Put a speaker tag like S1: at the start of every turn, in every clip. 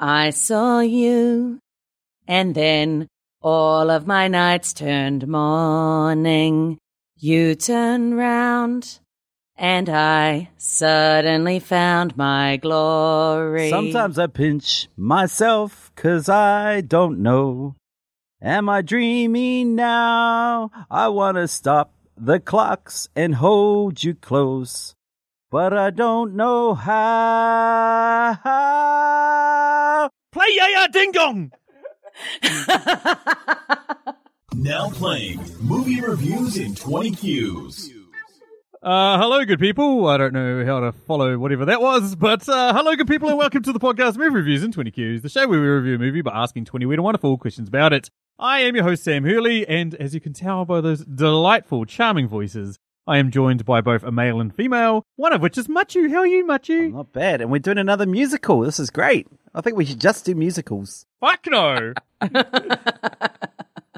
S1: I saw you, and then all of my nights turned morning. You turn round, and I suddenly found my glory.
S2: Sometimes I pinch myself 'cause I don't know. Am I dreaming now? I want to stop the clocks and hold you close, but I don't know how.
S3: Play Ya Ya Ding Dong!
S4: Now playing movie reviews in 20 cues.
S3: Uh, hello, good people. I don't know how to follow whatever that was, but uh, hello, good people, and welcome to the podcast Movie Reviews in 20 Qs, the show where we review a movie by asking 20 weird and wonderful questions about it. I am your host, Sam Hurley, and as you can tell by those delightful, charming voices, I am joined by both a male and female, one of which is Machu. How are you, Machu?
S2: Not bad. And we're doing another musical. This is great. I think we should just do musicals.
S3: Fuck no!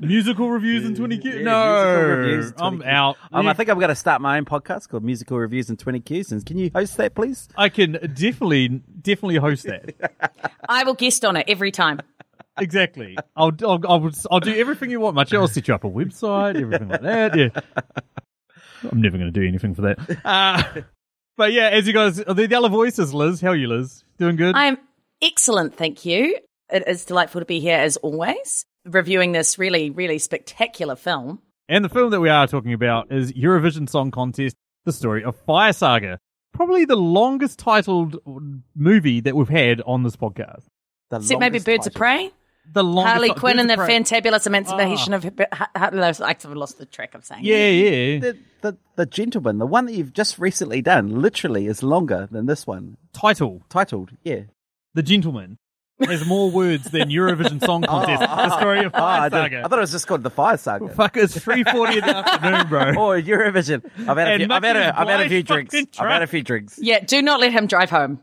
S3: musical reviews in 20 Qs?
S2: Yeah, musical
S3: no!
S2: reviews in 20
S3: I'm
S2: Qs.
S3: out.
S2: Um,
S3: You
S2: I think I'm going to start my own podcast called Musical Reviews in 20 Qs. And can you host that, please?
S3: I can definitely, definitely host that.
S1: I will guest on it every time.
S3: Exactly. I'll, I'll, I'll, I'll do everything you want, much. I'll set you up a website, everything like that. Yeah. I'm never going to do anything for that. Uh, but yeah, as you guys, the yellow voice is Liz. How are you, Liz? Doing good?
S1: I am excellent, thank you. It is delightful to be here as always, reviewing this really, really spectacular film.
S3: and the film that we are talking about is Eurovision Song Contest, the story of Fire Saga. Probably the longest titled movie that we've had on this podcast.
S2: The
S1: Except maybe
S2: longest
S1: Birds of
S2: title.
S1: Prey,
S3: The longest
S1: Harley
S3: ti-
S1: Quinn
S3: Birds
S1: and the
S3: of Prey.
S1: Fantabulous Emancipation of Hi- Hi- Hi- I've lost the track of saying. it.
S3: Yeah, yeah.
S2: The, the, the Gentleman, the one that you've just recently done, literally is longer than this one.
S3: Title
S2: Titled, yeah.
S3: The Gentleman has more words than Eurovision Song Contest, the story of
S2: Oh, I,
S3: Fire
S2: didn't-
S3: Saga.
S2: I thought it was just called The Fire Saga.
S3: Fuck, it's three forty in the afternoon, bro.
S2: Or Eurovision. I've had a
S3: And
S2: few, I've had
S3: Mucky's
S2: a, I've had a few
S3: blind
S2: drinks.
S3: fucking
S2: I've had a
S3: drunk.
S2: few drinks.
S1: Yeah, do not let him drive home.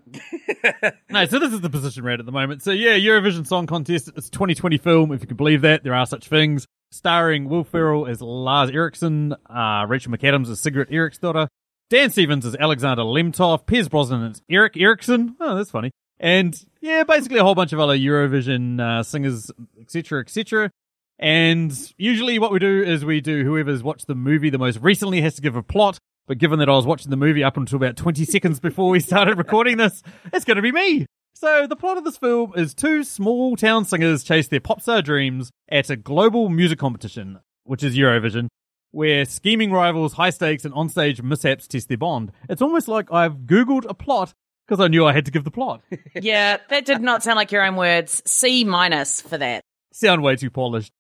S3: No, so this is the position we're at at the moment. So yeah, Eurovision Song Contest. It's a 2020 film, if you can believe that. There are such things. Starring Will Ferrell as Lars Eriksson, uh, Rachel McAdams as Sigrid Eriksdotter, Dan Stevens as Alexander Lemtov, Piers Brosnan as Eric Eriksson. Oh, that's funny. And yeah, basically a whole bunch of other Eurovision uh, singers, etc., etc. And usually, what we do is we do whoever's watched the movie the most recently has to give a plot. But given that I was watching the movie up until about 20 seconds before we started recording this, it's going to be me. So, the plot of this film is two small town singers chase their pop star dreams at a global music competition, which is Eurovision, where scheming rivals, high stakes, and onstage mishaps test their bond. It's almost like I've Googled a plot because I knew I had to give the plot.
S1: Yeah, that did not sound like your own words. C minus for that.
S3: sound way too polished.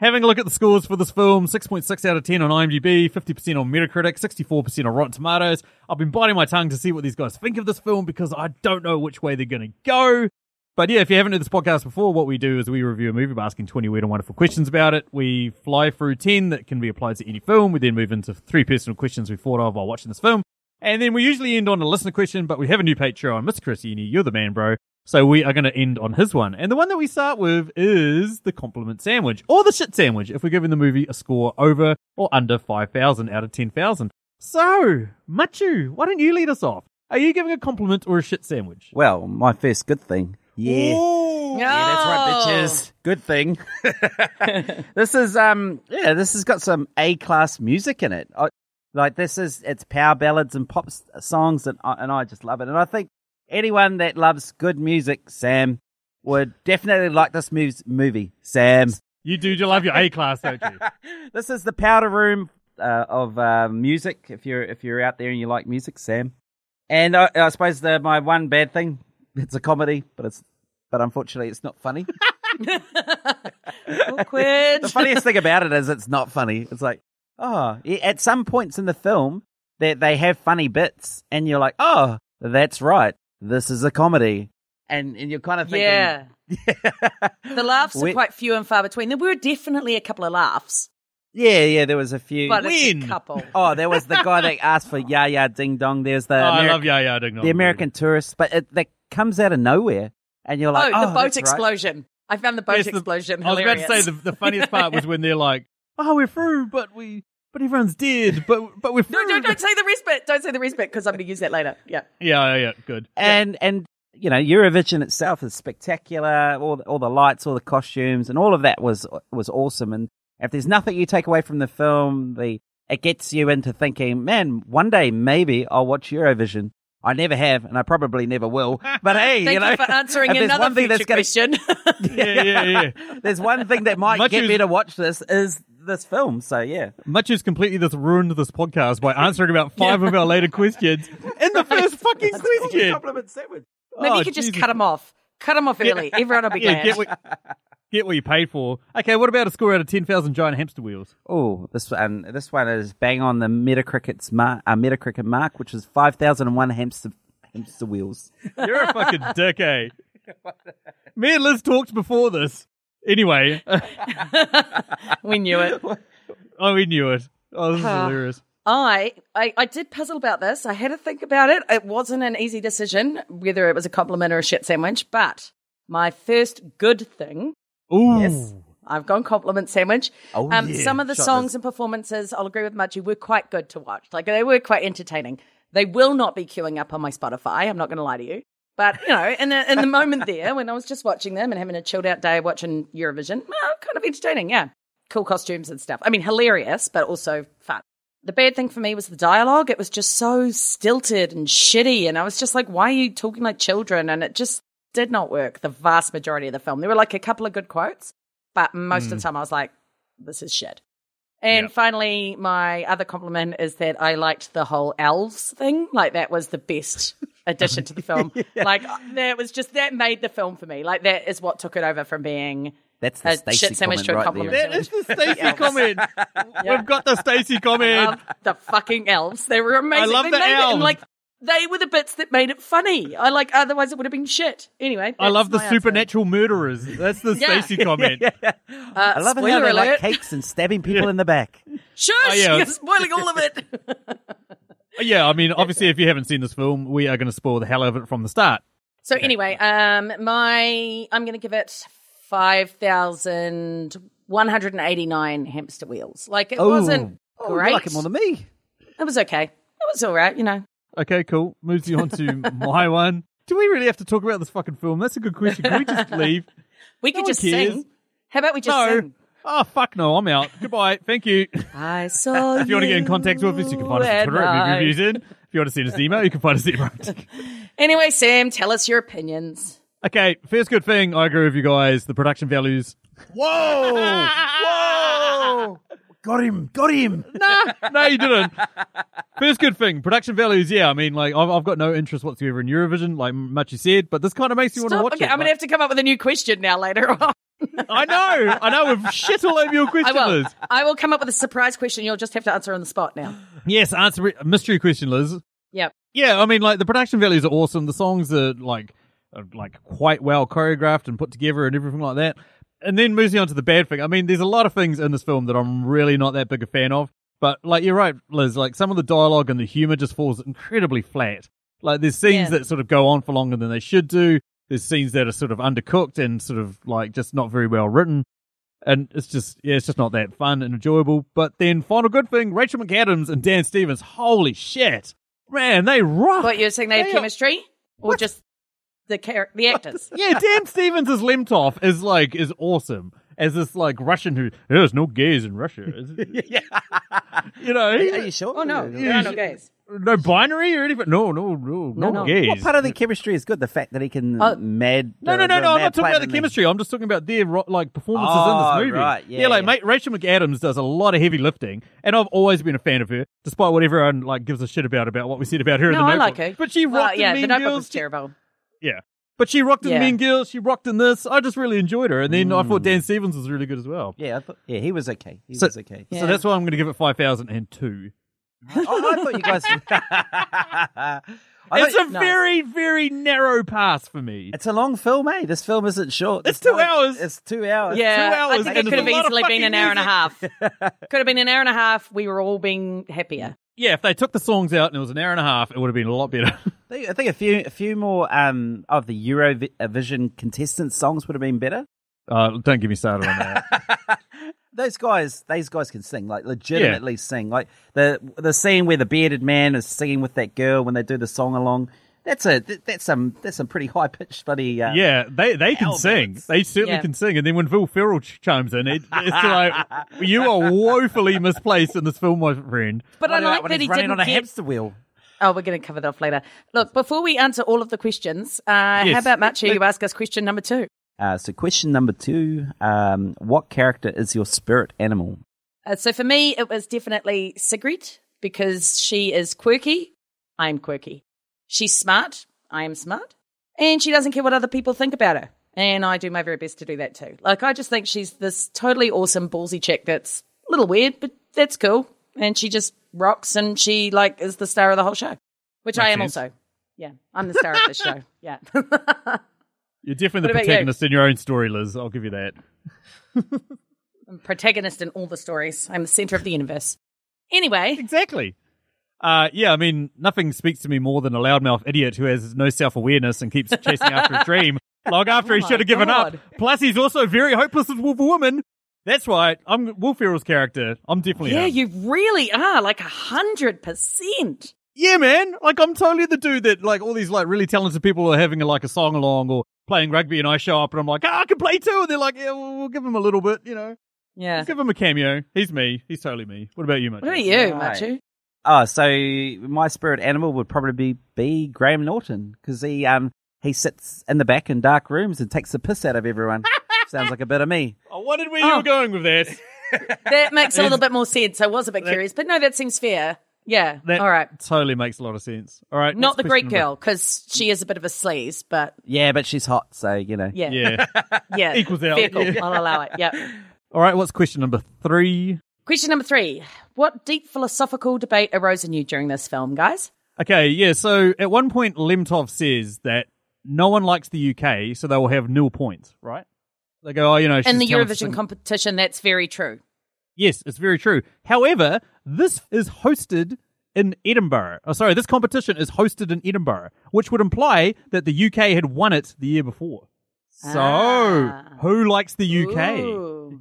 S3: Having a look at the scores for this film 6.6 out of 10 on IMDb, 50% on Metacritic, 64% on Rotten Tomatoes. I've been biting my tongue to see what these guys think of this film because I don't know which way they're going to go. But yeah, if you haven't heard this podcast before, what we do is we review a movie by asking 20 weird and wonderful questions about it. We fly through 10 that can be applied to any film. We then move into three personal questions we thought of while watching this film. And then we usually end on a listener question, but we have a new Patreon, Mr. Chris Eni, you're the man, bro. So we are going to end on his one. And the one that we start with is the compliment sandwich, or the shit sandwich, if we're giving the movie a score over or under 5,000 out of 10,000. So, Machu, why don't you lead us off? Are you giving a compliment or a shit sandwich?
S2: Well, my first good thing. Yeah.
S3: Ooh.
S2: Yeah, that's right,
S1: Oh.
S2: bitches. Good thing. this is um yeah, this has got some A class music in it. I, like this is it's power ballads and pop s- songs, and I, and I just love it. And I think anyone that loves good music, Sam, would definitely like this mus- movie. Sam,
S3: You do you love your A class, don't you?
S2: this is the powder room uh, of uh, music. If you're if you're out there and you like music, Sam, and I, I suppose the my one bad thing, it's a comedy, but it's but unfortunately it's not funny.
S1: Awkward.
S2: the funniest thing about it is it's not funny. It's like, oh, yeah, at some points in the film that they, have funny bits, and you're like, oh, that's right, this is a comedy, and and you're kind of thinking,
S1: yeah. The laughs
S2: We-
S1: are quite few and far between. There were definitely a couple of laughs,
S2: yeah, yeah. There was a few.
S1: but it's
S3: When?
S1: a couple.
S2: oh, there was the guy that asked for ya ya ding dong. There's the
S3: Oh, I
S2: Ameri-
S3: love Yeah Yeah Ding Dong.
S2: the American tourist, but it, that comes out of nowhere, and you're like,
S1: oh, the boat
S2: that's right.
S1: explosion. I found the boat
S3: Yes, the-
S1: explosion
S3: I was
S1: hilarious.
S3: about to say the, the funniest part was when they're like, "Oh, we're through, but we, but everyone's dead, but but we're
S1: no,
S3: through."
S1: no, don't say the rest bit. Don't say the rest bit because I'm going to use that later. Yeah.
S3: Yeah, yeah, yeah, good.
S2: and and you know, Eurovision itself is spectacular. All the, all the lights, all the costumes, and all of that was was awesome. And if there's nothing you take away from the film, the it gets you into thinking, man, one day maybe I'll watch Eurovision. I never have, and I probably never will. But
S1: Thank
S2: hey, you
S1: you,
S2: know,
S1: for answering
S2: if there's
S1: another
S2: one thing
S1: future
S2: that's gonna-
S1: question.
S3: Yeah, yeah, yeah.
S2: there's one thing that might
S3: Much
S2: get
S3: is-
S2: me to watch this is this film. So yeah,
S3: Much has completely just ruined this podcast by answering about five of our later questions in the first fucking question.
S2: compliment sandwich.
S1: Maybe
S3: Oh,
S1: you could just
S3: Jesus.
S1: cut him off. Cut him off early. Everyone will be
S3: Yeah,
S1: glad.
S3: get what, get what you paid for. Okay, what about a score out of 10,000 giant hamster wheels?
S2: Oh, this one, this one is bang on the Metacritic's mark, uh, Metacritic mark, which is five thousand and one hamster hamster wheels.
S3: You're a fucking dick, eh? Me and Liz talked before this. Anyway,
S1: we knew it.
S3: oh, we knew it. Oh, this is
S1: Huh.
S3: hilarious.
S1: I, I I did puzzle about this. I had to think about it. It wasn't an easy decision whether it was a compliment or a shit sandwich, but my first good thing,
S3: Ooh.
S2: Yes.
S1: I've gone compliment sandwich. Um,
S2: Oh, yeah.
S1: Some of the
S2: Shot
S1: songs
S2: this.
S1: and performances, I'll agree with Machi, were quite good to watch. Like they were quite entertaining. They will not be queuing up on my Spotify. I'm not going to lie to you. But, you know, in the, in the moment there when I was just watching them and having a chilled out day watching Eurovision, well, kind of entertaining, yeah. Cool costumes and stuff. I mean, hilarious, but also fun. The bad thing for me was the dialogue. It was just so stilted and shitty. And I was just like, why are you talking like children? And it just did not work the vast majority of the film. There were like a couple of good quotes, but most of the time I was like, this is shit. And
S3: Mm. Yeah.
S1: finally, my other compliment is that I liked the whole elves thing. Like that was the best addition to the film. Like that was just that made the film for me. Like that is what took it over from being
S2: That's
S1: A
S2: the Stacey
S1: shit sandwich
S2: comment
S1: to a
S2: right
S1: compliment
S2: there.
S3: That is the Stacey comment. We've got the Stacey comment.
S1: love the fucking elves. They were amazing.
S3: love
S1: they
S3: the
S1: made It,
S3: elves.
S1: and, like they were the bits that made it funny. I like otherwise it would have been shit. Anyway,
S3: I love
S1: that's
S3: the
S1: my
S3: supernatural murderers. That's the
S1: Yeah.
S3: Stacey comment.
S1: answer. Uh,
S2: I love it how
S1: spoiler
S2: they like
S1: alert.
S2: cakes and stabbing people in the back.
S1: Shush!
S3: Oh, yeah.
S1: You're spoiling all of it.
S3: Yeah, I mean, obviously, if you haven't seen this film, we are going to spoil the hell out of it from the start.
S1: So anyway, um, my I'm going to give it five thousand one hundred and eighty nine hamster wheels. Like it wasn't
S2: oh,
S1: great.
S2: You like it more than me.
S1: it was okay. It was all right. You know,
S3: Okay, cool. Moves you on to my one. Do we really have to talk about this fucking film? That's a good question. Can we just leave?
S1: we could
S3: one
S1: just
S3: cares.
S1: sing. How about we just
S3: no.
S1: sing?
S3: Oh, fuck no. I'm out. Goodbye. Thank you.
S1: I saw.
S3: If you want to get in contact with us, you can find us on
S1: and
S3: Twitter at
S1: I.
S3: Movie Reviews In. If you want to send us an email, you can find us at email.
S1: Anyway, Sam, tell us your opinions.
S3: Okay, first good thing. I agree with you guys. The production values.
S2: Whoa!
S3: Ah,
S2: Whoa! Got him! Got him!
S3: no, you didn't. First good thing. Production values. Yeah, I mean, like, I've, I've got no interest whatsoever in Eurovision, like much you said, but this kind of makes you want to
S1: Stop.
S3: watch
S1: Okay,
S3: it.
S1: I'm going to have to come up with a new question now later on.
S3: I know. I know. We've shit all over your
S1: I
S3: question
S1: will.
S3: Liz.
S1: I will come up with a surprise question. You'll just have to answer on the spot now.
S3: Yes, answer a mystery question, Liz.
S1: Yep.
S3: Yeah, I mean, like the production values are awesome. The songs are like, are, like quite well choreographed and put together and everything like that. And then moves you on to the bad thing. I mean, there's a lot of things in this film that I'm really not that big a fan of. But like you're right, Liz. Like some of the dialogue and the humor just falls incredibly flat. Like there's scenes
S1: Yeah.
S3: that sort of go on for longer than they should do. There's scenes that are sort of undercooked and sort of like just not very well written and it's just yeah, it's just not that fun and enjoyable. But then final good thing, Rachel McAdams and Dan Stevens, holy shit, man, they rock.
S1: What you're saying? They have
S3: They are-
S1: chemistry, or just the char- the actors?
S3: yeah, Dan Stevens as Lemtov is like is awesome as this like Russian who there's no gays in Russia, is it?
S2: Yeah.
S3: you know,
S2: Are you sure?
S1: Oh no, there are no gays.
S3: no binary or anything. No, no, no, no,
S1: no.
S3: gays.
S2: What part of the chemistry is good? The fact that he can
S1: Oh.
S2: mad.
S3: No, no, no,
S2: the
S3: no. I'm
S2: mad
S3: not talking
S2: plan
S3: about the
S2: and then-
S3: chemistry. I'm just talking about their ro- like performances
S2: Oh,
S3: in this movie.
S2: right. Yeah,
S3: like
S2: yeah.
S3: mate, Rachel McAdams does a lot of heavy lifting, and I've always been a fan of her, despite what everyone like gives a shit about about what we said about her. in
S1: No,
S3: the
S1: I
S3: Notebook.
S1: like her.
S3: But she rocked
S1: Well,
S3: in
S1: yeah,
S3: Mean
S1: the notebook
S3: Girls.
S1: was terrible.
S3: yeah, but she rocked in
S1: Yeah.
S3: Mean Girls. She rocked in this. I just really enjoyed her, and then I
S2: Hmm.
S3: thought Dan Stevens was really good as well.
S2: Yeah, I thought, yeah, he was okay. He
S3: So-
S2: was okay.
S1: Yeah.
S3: So that's why I'm going to give it five thousand and two.
S2: Oh, I thought you guys. I
S3: It's
S2: thought-
S3: a very, very narrow pass for me.
S2: it's a long film, eh? This film isn't short.
S3: It's
S2: This
S3: two
S2: film-
S3: hours.
S2: It's two hours.
S1: Yeah,
S3: Two hours
S1: I
S3: and
S1: think it could have
S3: there's a lot of
S1: easily been an
S3: fucking
S1: hour and a half. could have been an hour and a half. We were all being happier.
S3: Yeah, if they took the songs out and it was an hour and a half, it would have been a lot better.
S2: I think- I think a few, a few more um, of the Eurovision contestant songs would have been better.
S3: Uh, don't get me started on that.
S2: those guys those guys can sing like legitimately sing like the the scene where the bearded man is singing with that girl when they do the song along that's a th- that's some that's some pretty high pitched funny. Uh,
S3: Yeah, they they can
S2: Hell,
S3: sing.
S2: that's-
S3: They certainly
S1: Yeah.
S3: can sing. And then when Phil Ferrell ch- chimes in, it, it's like you are woefully misplaced in this film, my friend.
S1: But I
S2: what about
S1: like
S2: when
S1: that he
S2: he's running
S1: didn't
S2: on a
S1: get-
S2: hamster wheel.
S1: Oh, we're going to cover that off later. Look, before we answer all of the questions, uh,
S3: Yes.
S1: how about Machi? You ask us question number two.
S2: Uh, so question number two: um, What character is your spirit animal?
S1: Uh, so for me, it was definitely Sigrid because she is quirky. I am quirky. She's smart. I am smart. And she doesn't care what other people think about her. And I do my very best to do that too. Like, I just think she's this totally awesome, ballsy chick that's a little weird, but that's cool. And she just rocks and she, like, is the star of the whole show, which I am
S3: Makes sense.
S1: also. Yeah, I'm the star of this show. Yeah.
S3: You're definitely the
S1: What about you?
S3: protagonist in your own story, Liz. I'll give you that.
S1: protagonist in all the stories. I'm the center of the universe. Anyway,
S3: Exactly. Uh, yeah, I mean, nothing speaks to me more than a loudmouth idiot who has no self awareness and keeps chasing after a dream long after he
S1: Oh
S3: should
S1: my
S3: have given
S1: God.
S3: up. Plus, he's also very hopeless with Wolverwoman. That's right. I'm Wolf Ferrell's character. I'm definitely
S1: yeah,
S3: him.
S1: you really are like a hundred percent.
S3: yeah, man. Like I'm totally the dude that like all these like really talented people are having like a song along or playing rugby, and I show up and I'm like, ah, I can play too, and they're like, yeah, we'll, we'll give him a little bit, you know,
S1: Yeah.
S3: Let's give him a cameo. He's me. He's totally me. What about you, mate?
S1: What about you,
S2: Right.
S1: Machu?
S2: Oh, so my spirit animal would probably be, be Graham Norton because he um he sits in the back in dark rooms and takes the piss out of everyone. Sounds like a bit of me.
S3: I wondered where you
S1: Oh.
S3: were going with that.
S1: That makes a little bit more sense. I was a bit curious, but no, that seems fair. Yeah.
S3: That
S1: All right.
S3: totally makes a lot of sense. All right,
S1: Not
S3: what's
S1: the
S3: question
S1: Greek
S3: number-
S1: girl because she is a bit of a sleaze, but
S2: Yeah, but she's hot, so you know.
S1: yeah, yeah,
S3: Yeah. Equals out.
S1: Fair call.
S3: Yeah.
S1: I'll allow it. Yeah.
S3: All right, what's question number three?
S1: Question number three: What deep philosophical debate arose in you during this film, guys?
S3: Okay, yeah. So at one point, Lemtov says that no one likes the UK, so they will have nil points, right? They go, oh, you know, she's
S1: In the
S3: talented
S1: Eurovision
S3: and-
S1: competition, that's very true.
S3: Yes, it's very true. However, this is hosted in Edinburgh. Oh, sorry, this competition is hosted in Edinburgh, which would imply that the UK had won it the year before. So,
S1: Ah.
S3: who likes the UK?
S1: Ooh.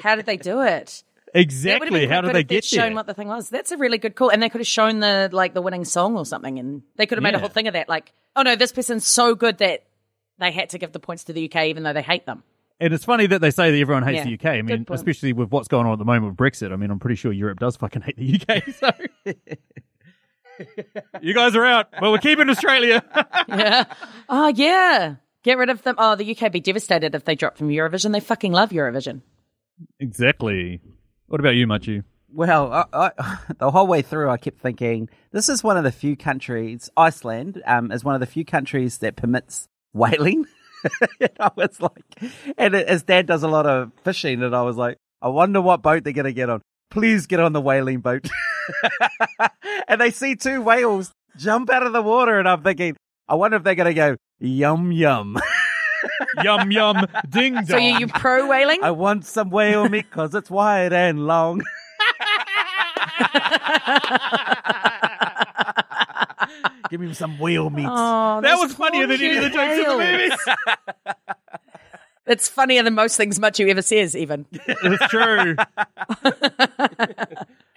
S1: How did they do it? That would've
S3: Exactly.
S1: been
S3: How
S1: good
S3: did they
S1: if they'd
S3: get
S1: shown
S3: there?
S1: what the thing was? That's a really good call, and they could have shown the like the winning song or something, and they could have made a
S3: Yeah.
S1: whole thing of that. Like, oh no, this person's so good that they had to give the points to the UK, even though they hate them.
S3: And it's funny that they say that everyone
S1: Yeah,
S3: hates the UK. I mean,
S1: good point.
S3: especially with what's going on at the moment with Brexit. I mean, I'm pretty sure Europe does fucking hate the UK. So you guys are out, but we're keeping Australia.
S1: Oh yeah, get rid of them. Oh, the UK be devastated if they drop from Eurovision. They fucking love Eurovision.
S3: exactly. What about you, Machu?
S2: Well, I, I, the whole way through, I kept thinking this is one of the few countries. Iceland um, is one of the few countries that permits whaling. and I was like, and it, his dad does a lot of fishing, and I was like, I wonder what boat they're going to get on. Please get on the whaling boat. and they see two whales jump out of the water, and I'm thinking, I wonder if they're going to go yum yum.
S3: yum yum, ding dong.
S1: So you you pro whaling?
S2: I want some whale meat because it's wide and long. Give me some whale meat.
S1: Oh,
S3: That
S1: those
S3: was funnier than any of the jokes
S1: corny
S3: in the
S1: whales.
S3: movie.
S1: It's funnier than most things Machu ever says, even.
S3: It's true. what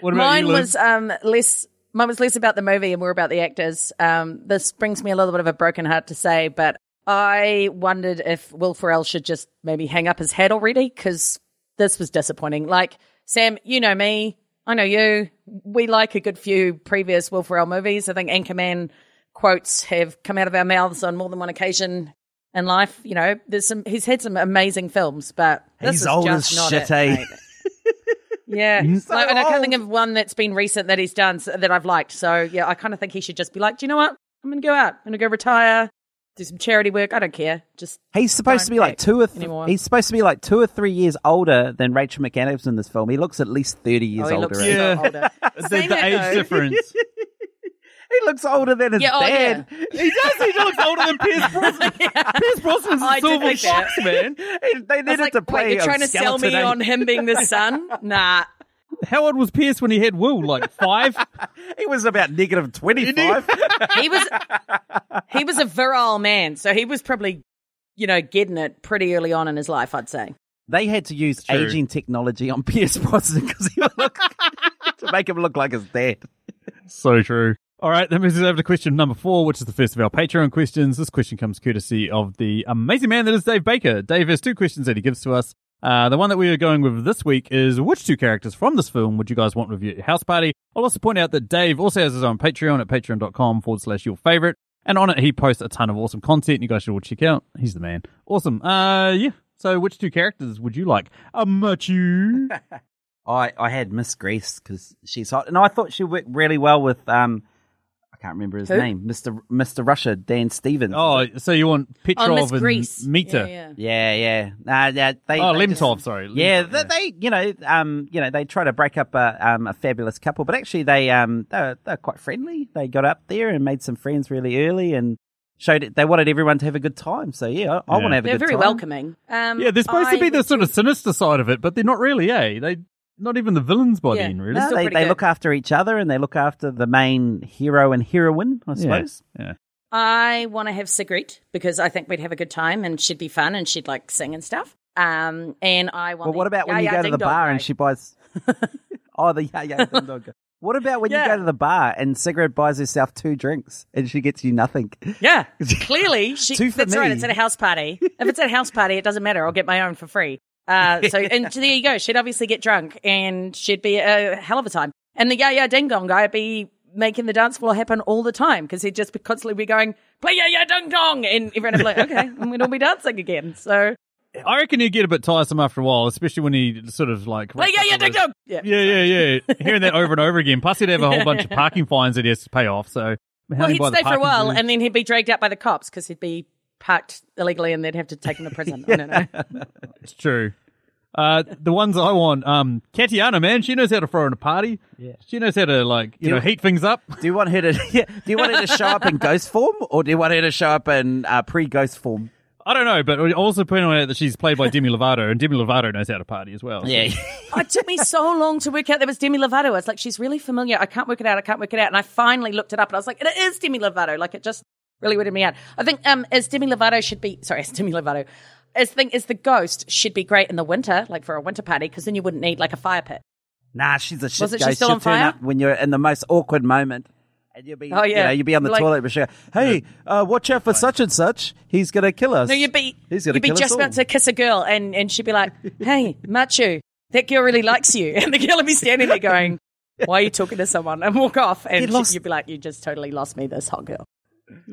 S3: about
S1: mine
S3: you, Liz?
S1: was um less mine was less about the movie and more about the actors um this brings me a little bit of a broken heart to say but i wondered if will ferrell should just maybe hang up his hat already because this was disappointing like sam you know me i know you we like a good few previous will ferrell movies i think anchorman quotes have come out of our mouths on more than one occasion in life you know there's some he's had some amazing films but this
S2: He's
S1: is
S2: old
S1: just
S2: as
S1: not
S2: shit,
S1: it,
S2: eh?
S1: mate. Yeah,
S2: so
S1: Like, and I can't
S2: old.
S1: think of one that's been recent that he's done so, that I've liked. So yeah, I kind of think he should just be like, do you know what? I'm gonna go out. I'm gonna go retire, do some charity work. I don't care. Just
S2: He's supposed
S1: don't
S2: to be like
S1: date
S2: two or th-
S1: anymore.
S2: he's supposed to be like two or three years older than Rachel McAdams in this film. He looks at least thirty years
S1: oh, he
S2: older.
S1: looks
S2: eh?
S1: so
S3: Yeah.
S1: older.
S3: the,
S1: Saying
S3: the
S1: that,
S3: age
S1: though,
S3: difference.
S2: He looks older than his
S1: Yeah, oh,
S2: dad.
S3: he does. He looks older than Pierce Brosnan. Pierce Brosnan's
S1: I
S3: a
S1: did
S3: silver
S1: think that.
S3: fox, man.
S2: He- They
S1: I was
S2: needed
S1: like,
S2: to play.
S1: wait, you're
S2: a
S1: trying to sell me
S2: skeleton, eh?
S1: on him being the son? Nah.
S3: How old was Pierce when he had Will? Like five?
S2: He was about negative twenty-five.
S1: He was he was a virile man, so he was probably, you know, getting it pretty early on in his life, I'd say.
S2: they had to use
S3: true.
S2: aging technology on Pierce Brosnan because he looked to make him look like his dad.
S3: so true. All right, that moves us over to question number four, which is the first of our Patreon questions. This question comes courtesy of the amazing man that is Dave Baker. Dave has two questions that he gives to us. Uh, the one that we are going with this week is which two characters from this film would you guys want to review at your house party? I'll also point out that Dave also has his own Patreon at patreon.com forward slash your favorite. And on it, he posts a ton of awesome content you guys should all check out. He's the man. Awesome. Uh, yeah. So which two characters would you like? Uh, A Machu.
S2: I, I had Miss Grace because she's hot, and I thought she worked really well with um, I can't remember his
S1: Who?
S2: name, Mister Mister Russia, Dan Stevens.
S3: oh, so you want Petrov
S1: Oh, Miss
S3: and
S1: Grease.
S3: Mita.
S1: Yeah, yeah.
S2: yeah, yeah, nah, yeah. They,
S3: Oh,
S2: they just-
S3: Lemtov, sorry.
S2: Yeah,
S3: Lemtov,
S2: they, they, you know, um, you know, they try to break up a, um, a fabulous couple, but actually, they, um, they're they're quite friendly. They got up there and made some friends really early, and showed it. They wanted everyone to have a good time. So yeah, I, I
S3: Yeah.
S2: want to have a
S1: They're
S2: good
S1: very
S2: time.
S1: welcoming. Um,
S3: Yeah, they're supposed
S1: I
S3: to be the
S1: would
S3: sort of sinister side of it, but they're not really, eh? They not even the villains by
S1: Yeah.
S3: then, really.
S1: No.
S2: No,
S1: still
S2: they
S1: pretty
S2: they
S1: good.
S2: look after each other and they look after the main hero and heroine, I suppose.
S3: Yeah.
S1: I want to have Sigrid because I think we'd have a good time and she'd be fun and she'd like sing and stuff. Um, and I want.
S2: Well, what
S1: the
S2: about when
S1: Ya
S2: you
S1: Ya
S2: go to
S1: Ding
S2: the
S1: Dong
S2: bar and
S1: guy.
S2: she buys? oh, the yeah yeah. ding dong. What about when you
S1: Yeah.
S2: go to the bar and Sigrid buys herself two drinks and she gets you nothing?
S1: Yeah, clearly she.
S2: Two for
S1: that's right.
S2: me.
S1: It's at a house party. If it's at a house party, it doesn't matter. I'll get my own for free. Uh, so and there you go. She'd obviously get drunk and she'd be a hell of a time. And the yeah yeah ding dong guy would be making the dance floor happen all the time because he'd just be constantly be going play yeah yeah ding dong and everyone would be like okay and we'd all be dancing again. So
S3: I reckon he'd get a bit tiresome after a while, especially when he sort of like
S1: play yeah yeah ding dong. Yeah.
S3: Yeah, yeah, yeah. Hearing that over and over again. Plus, he'd have a whole bunch of parking fines that he has to pay off. So,
S1: Well, he'd stay for a while and then he'd be dragged out by the cops because he'd be parked illegally and they'd have to take him to prison. I don't know.
S3: it's true. Uh, the ones I want, um, Katiana, man, she knows how to throw in a party. Yeah. She knows how to like you know heat things up.
S2: Do you want her to? Yeah, do you want her to show up in ghost form, or do you want her to show up in uh, pre-ghost form?
S3: I don't know, but I also point out that she's played by Demi Lovato, and Demi Lovato knows how to party as well.
S2: Yeah,
S1: Oh, it took me so long to work out that was Demi Lovato. I was like, she's really familiar. I can't work it out. I can't work it out. And I finally looked it up and I was like, it is Demi Lovato. Like it just really weirded me out. I think um as Demi Lovato should be sorry, as Demi Lovato. As thing is the ghost should be great in the winter, like for a winter party, because then you wouldn't need like a fire pit.
S2: nah, she's a shit
S1: Wasn't she
S2: ghost.
S1: still
S2: She'll
S1: on
S2: turn
S1: fire?
S2: up when you're in the most awkward moment, and you'll be,
S1: Oh,
S2: you
S1: yeah.
S2: know, you'll be on the
S1: Like-
S2: toilet, but she'll go, "Hey, uh, watch out for such and such. He's gonna kill us."
S1: No, you'd be
S2: He's gonna
S1: you'd be
S2: kill us
S1: just
S2: all.
S1: about to kiss a girl and, and she'd be like, Hey, Machu, that girl really likes you and the girl would be standing there going, Why are you talking to someone? And walk off and
S2: Get
S1: she-
S2: lost.
S1: you'd be like, You just totally lost me, this hot girl.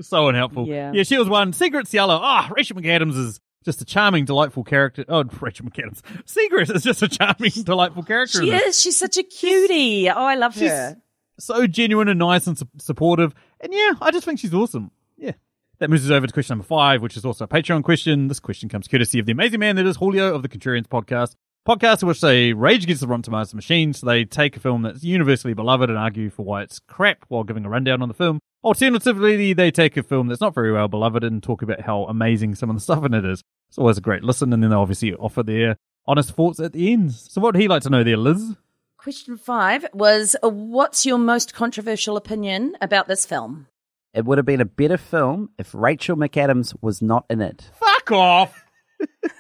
S3: so unhelpful.
S1: Yeah.
S3: yeah, she was one. Secret's yellow. Ah, Rachel McAdams is just a charming, delightful character. Oh, Rachel McAdams. Secret is just a charming, delightful character.
S1: She
S3: in this.
S1: is. She's such a cutie. Oh, I love her.
S3: So genuine and nice and su- supportive. And yeah, I just think she's awesome. Yeah. That moves us over to question number five, which is also a Patreon question. This question comes courtesy of the amazing man that is Julio of the Contrarians podcast. Podcast in which they rage against the Rotten Tomatoes machine, so they take a film that's universally beloved and argue for why it's crap while giving a rundown on the film. Alternatively, they take a film that's not very well beloved and talk about how amazing some of the stuff in it is. It's always a great listen, and then they obviously offer their honest thoughts at the end. So what would he like to know there, Liz?
S1: Question five was uh, What's your most controversial opinion about this film?
S2: It would have been a better film if Rachel McAdams was not in it.
S3: Fuck off!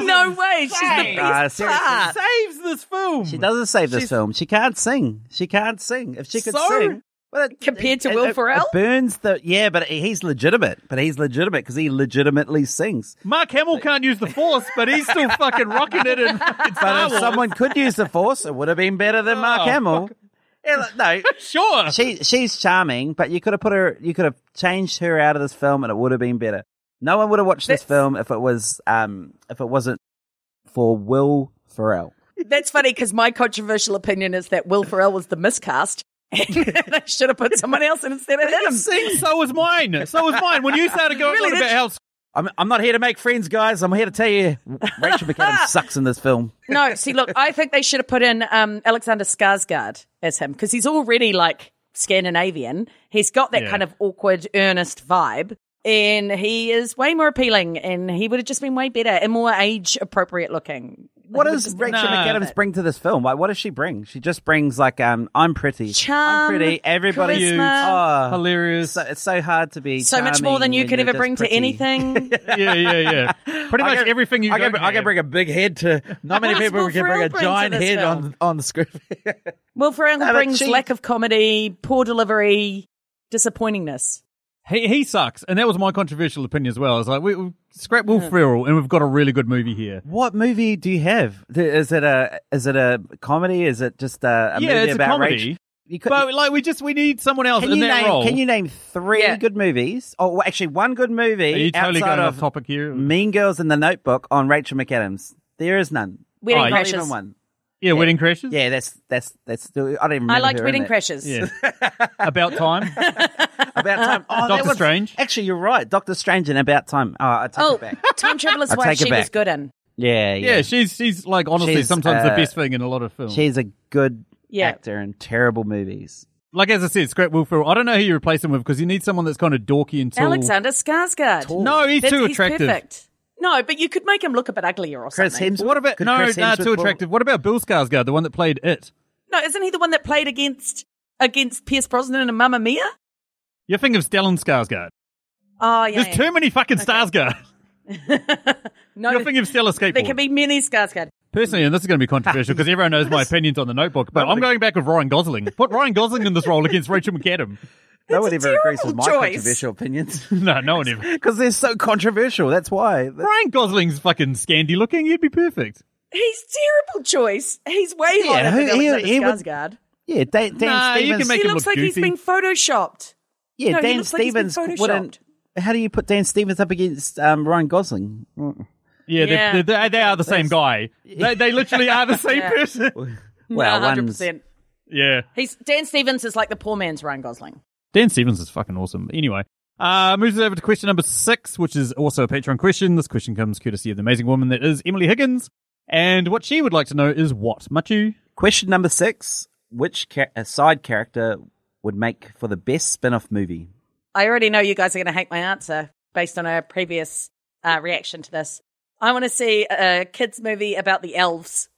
S1: No way. She's the
S2: Nah,
S1: best
S2: Ah, seriously.
S1: part.
S3: saves this film.
S2: She doesn't save this
S3: She's-
S2: film. She can't sing. She can't sing. If she could
S3: So?
S2: sing, but it-
S1: Compared to
S2: it-
S1: Will
S2: it-
S1: Ferrell?
S2: it burns the yeah. But he's legitimate. But he's legitimate because he legitimately sings.
S3: Mark Hamill can't use the force, but he's still fucking rocking it. And
S2: But if someone could use the force, it would have been better than Mark
S3: Oh,
S2: Hamill. Yeah, look, no,
S3: sure,
S2: she she's charming, but you could have put her, you could have changed her out of this film, and it would have been better. No one would have watched this
S1: That's-
S2: film if it was um if it wasn't for Will Ferrell.
S1: That's funny because my controversial opinion is that Will Ferrell was the miscast and they should have put someone else in instead of him.
S3: so was mine. So was mine. When you started going
S1: Really,
S3: on about how
S2: I'm I'm not here to make friends, guys. I'm here to tell you, Rachel McAdams sucks in this film.
S1: No, see, look, I think they should have put in um, Alexander Skarsgård as him because he's already like Scandinavian. He's got that
S3: Yeah.
S1: kind of awkward, earnest vibe, and he is way more appealing. And he would have just been way better and more age appropriate looking.
S2: What does Rachel
S3: Nah.
S2: McAdams bring to this film? Like, what does she bring? She just brings like um, I'm pretty,
S1: Charm,
S2: I'm pretty. Everybody,
S1: charisma.
S2: Oh,
S3: hilarious.
S2: So, it's so hard to be
S1: So much more than
S2: charming
S1: you
S2: when
S1: could
S2: you're
S1: ever
S2: just
S1: bring to
S2: pretty.
S1: anything.
S3: yeah, yeah, yeah. Pretty
S2: I
S3: much
S2: can-
S3: everything you
S2: I can,
S3: go
S2: I can
S3: there.
S2: bring a big head to not many
S1: What else
S2: people.
S1: will
S2: can bring
S1: Ferrell
S2: a
S1: bring to
S2: giant
S1: this
S2: head
S1: film?
S2: on on the script.
S1: Will Ferrell
S2: No, but
S1: brings
S2: she-
S1: lack of comedy, poor delivery, disappointingness.
S3: He he sucks, and that was my controversial opinion as well. It's like we, we scrap Will Ferrell, and we've got a really good movie here.
S2: What movie do you have? Th- Is it a is it a comedy? Is it just a, a
S3: yeah,
S2: movie
S3: it's a
S2: about
S3: comedy,
S2: Rach? You could,
S3: but like we just we need someone else
S2: can
S3: in
S2: you
S3: that
S2: name
S3: role.
S2: can you name three
S1: Yeah.
S2: good movies? Oh, well, actually, one good movie
S3: Are you totally
S2: outside
S3: going
S2: of
S3: off topic here?
S2: Mean Girls and The Notebook on Rachel McAdams. There is none.
S1: Wedding
S3: Oh, yeah.
S2: Not
S1: crashes.
S2: even one.
S3: yeah, Wedding Crashes.
S2: Yeah, that's that's that's. I don't even. Remember
S1: I liked
S2: her in
S1: wedding
S2: it.
S1: crashes.
S3: Yeah. about time.
S2: About time. Oh, that
S3: Doctor
S2: was-
S3: Strange.
S2: Actually, you're right. Doctor Strange and About Time. Oh, I take
S1: Oh,
S2: it back.
S1: Time Traveler's
S2: I'll
S1: Wife.
S2: take it
S1: She was
S2: back.
S1: good in.
S2: Yeah,
S3: Yeah,
S2: yeah.
S3: she's she's like honestly
S2: She's,
S3: sometimes the
S2: uh,
S3: best thing in a lot of films.
S2: She's a good
S1: Yeah.
S2: actor in terrible movies.
S3: Like as I said, scrap Will Ferrell. I don't know who you replace him with because you need someone that's kind of dorky and tall.
S1: Alexander Skarsgård.
S3: No, he's
S1: That's-
S3: too attractive.
S1: perfect. No, but you could make him look a bit uglier or
S2: Chris
S1: something.
S2: Hemsworth.
S3: What about
S2: Could
S3: no,
S2: Chris
S3: nah, too
S2: Hemsworth-
S3: attractive. What about Bill Skarsgård, the one that played it?
S1: No, isn't he the one that played against against Pierce Brosnan in Mamma Mia?
S3: You're thinking of Stellan Skarsgård.
S1: Oh yeah.
S3: There's too many fucking Skarsgård.
S1: no,
S3: You're thinking of Stellan
S1: there
S3: Skateboard.
S1: can be many Skarsgård.
S3: Personally, and this is going to be controversial because everyone knows my opinions on the Notebook, but I'm going back with Ryan Gosling. Put Ryan Gosling in this role against Rachel McAdam.
S2: No one
S1: a
S2: ever agrees with
S1: terrible
S2: my
S1: choice.
S2: controversial opinions
S3: No, no one ever.
S2: because they're so controversial. That's why.
S3: Ryan Gosling's fucking scandy looking. He'd be perfect.
S1: He's terrible choice. He's way hotter
S2: who-
S1: than
S2: he-
S1: Alexander
S2: he would-
S1: Skarsgård.
S2: Yeah, Dan, Dan
S3: Nah, you
S2: Stevens.
S3: can make
S1: he
S3: him
S1: looks
S3: look
S1: like he's
S3: goofy.
S1: been photoshopped.
S2: yeah,
S1: no, he
S2: Dan
S1: looks like he's been
S2: Stevens wouldn't. How do you put Dan Stevens up against um, Ryan Gosling?
S1: Mm.
S3: Yeah, they're-
S1: Yeah.
S3: They're, they they are the same guy. They, they literally are the same
S1: Yeah.
S3: person.
S2: Well,
S1: hundred
S2: one's
S1: percent.
S3: Yeah.
S1: He's Dan Stevens is like the poor man's Ryan Gosling.
S3: Dan Stevens is fucking awesome. Anyway, uh, moves us over to question number six, which is also a Patreon question. This question comes courtesy of the amazing woman that is Emily Higgins. And what she would like to know is what? Machu?
S2: question number six: Which cha- a side character would make for the best spin-off movie?
S1: I already know you guys are going to hate my answer based on our previous uh, reaction to this. I want to see a kids movie about the elves.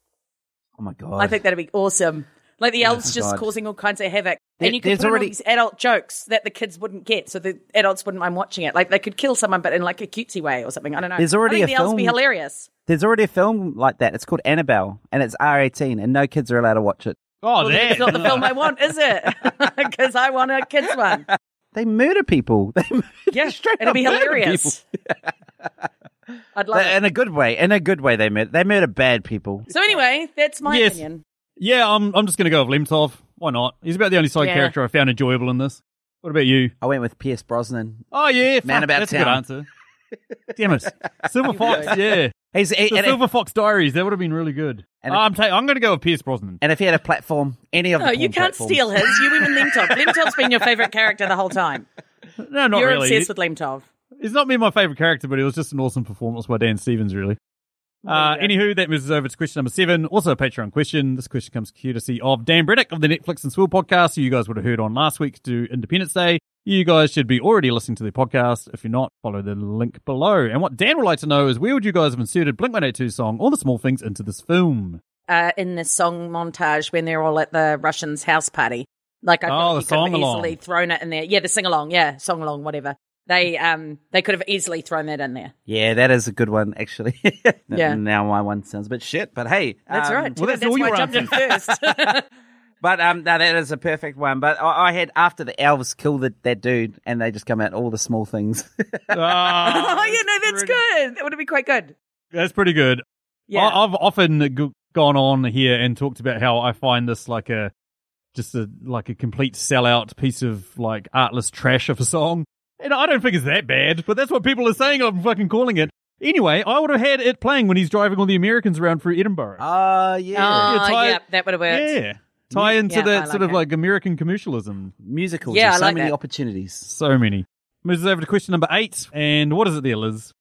S2: Oh my god!
S1: I think that'd be awesome. Like the elves just
S2: God.
S1: causing all kinds of havoc.
S2: There-
S1: and you could
S2: there's
S1: put in all
S2: already-
S1: these adult jokes that the kids wouldn't get, so the adults wouldn't mind watching it. Like they could kill someone, but in like a cutesy way or something. I don't know.
S2: There's already
S1: I think
S2: a
S1: the elves would be
S2: film-
S1: hilarious.
S2: There's already a film like that. It's called Annabelle, and it's R18, and no kids are allowed to watch it.
S3: Oh,
S1: It's not the film I want, is it? Because I want a kids one.
S2: They murder people. They murder
S1: Yeah,
S2: straight
S1: it'd
S2: up
S1: be
S2: murder
S1: hilarious. I'd love
S2: people.
S1: it.
S2: In a good way. In a good way, they murder. They murder bad people.
S1: So anyway, that's my
S3: Yes.
S1: opinion.
S3: Yeah, I'm, I'm just going to go with Lemtov. Why not? He's about the only side
S1: Yeah.
S3: character I found enjoyable in this. What about you?
S2: I went with Pierce Brosnan.
S3: Oh, yeah. Fuck,
S2: Man about
S3: That's
S2: town.
S3: a good answer. Damn it. Silver Fox, yeah.
S2: He's he-
S3: The
S2: and,
S3: Silver Fox Diaries, that would have been really good.
S2: And-
S3: I'm, ta- I'm going to go with Pierce Brosnan.
S2: and if he had a platform, any of
S1: No,
S2: the
S1: you
S2: porn
S1: can't
S2: platforms.
S1: steal his. You and Lemtov. Lemtov's been your favorite character the whole time.
S3: No, not
S1: You're
S3: really.
S1: obsessed with Lemtov.
S3: He's not been my favourite character, but it was just an awesome performance by Dan Stevens, really. Uh, anywho, that moves us over to question number seven, also a Patreon question. This question comes courtesy of Dan Brennick of the Netflix and Swill podcast, who you guys would have heard on last week to do Independence Day. You guys should be already listening to the podcast. If you're not, follow the link below. And what Dan would like to know is where would you guys have inserted Blink-182 song, All the Small Things, into this film?
S1: Uh, in the song montage when they're all at the Russians' house party. Like I
S3: Oh,
S1: thought
S3: the
S1: you could have
S3: song-along.
S1: easily thrown it in there. Yeah, the sing along. Yeah, song along, whatever. They um they could have easily thrown that in there.
S2: Yeah, that is a good one, actually.
S1: Yeah.
S2: Now my one sounds a bit shit, but hey.
S1: That's
S2: um,
S1: right.
S3: well, that's all
S1: why I
S3: your
S1: jumped in first.
S2: But um, no, that is a perfect one. But I, I had after the elves kill the, that dude, and they just come out all the small things.
S1: oh,
S3: Ah,
S1: you know that's good. That would have been quite good.
S3: That's pretty good.
S1: Yeah.
S3: I, I've often g- gone on here and talked about how I find this like a just a like a complete sellout piece of like artless trash of a song. And I don't think it's that bad, but that's what people are saying. I'm fucking calling it. Anyway, I would have had it playing when he's driving all the Americans around through Edinburgh.
S2: Ah, yeah.
S1: Oh,
S3: Yeah, tie-
S1: yeah, that would have worked.
S3: yeah. Tie into
S1: Yeah, I
S3: that
S1: like
S3: sort of
S1: it.
S3: like American commercialism.
S2: Musicals.
S1: Yeah,
S2: Yeah,
S1: I
S2: so
S1: like
S2: many
S1: that.
S2: opportunities.
S3: So many. Moves us over to question number eight. And what is it there, Liz?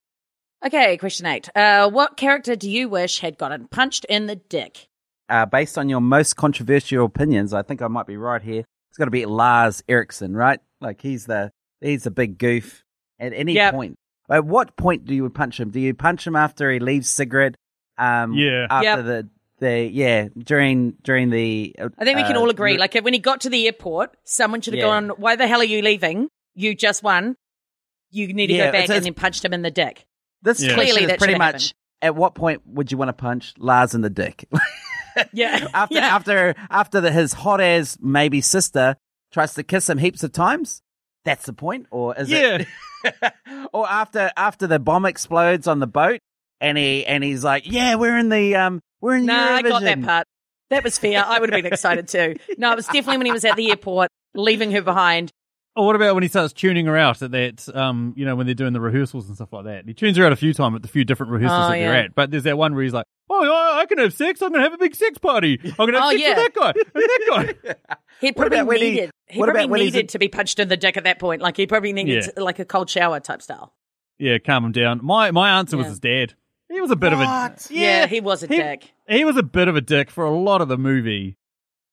S1: Okay, question eight. Uh, what character do you wish had gotten punched in the dick?
S2: Uh, based on your most controversial opinions, I think I might be right here. It's got to be Lars Eriksson, right? Like he's the he's a big goof. At any
S1: Yep.
S2: point, at what point do you punch him? Do you punch him after he leaves cigarette? Um,
S3: Yeah.
S2: After
S1: Yep.
S2: the the yeah during during the. uh,
S1: I think we can
S2: uh,
S1: all agree. Like when he got to the airport, someone should have
S2: Yeah.
S1: gone, "Why the hell are you leaving? You just won. You need to
S2: Yeah,
S1: go back,"
S2: it's- it's-
S1: and then punched him in the dick.
S2: This
S3: Yeah.
S1: Clearly
S2: question
S1: that
S2: is pretty
S1: should've
S2: much
S1: happened.
S2: at what point would you want to punch Lars in the dick?
S1: Yeah,
S2: after
S1: yeah.
S2: after after the, his hot ass maybe sister tries to kiss him heaps of times, that's the point, or is
S3: yeah.
S2: it? or after after the bomb explodes on the boat, and he and he's like, yeah, we're in the um, we're in
S1: Nah, I got that
S2: Eurovision."
S1: part. That was fair. I would have been excited too. No, it was definitely when he was at the airport, leaving her behind.
S3: Or Oh, what about when he starts tuning her out at that, um, you know, when they're doing the rehearsals and stuff like that? He tunes her out a few times at the few different rehearsals
S1: Oh,
S3: that they're
S1: yeah.
S3: at. But there's that one where he's like, oh, I, I can have sex. I'm going to have a big sex party. I'm going to have
S1: Oh,
S3: sex
S1: yeah.
S3: with that guy and that guy.
S1: He
S2: What
S1: probably
S2: about when he-
S1: needed. He,
S2: what about
S1: probably
S2: when he's
S1: needed
S2: in-
S1: to be punched in the dick at that point. Like he probably needed
S3: Yeah.
S1: to- like a cold shower type style.
S3: yeah, calm him down. My my answer was
S1: Yeah.
S3: his dad. He was a bit of a
S1: Yeah, he was a
S3: He-
S1: dick.
S3: he was a bit of a dick for a lot of the movie.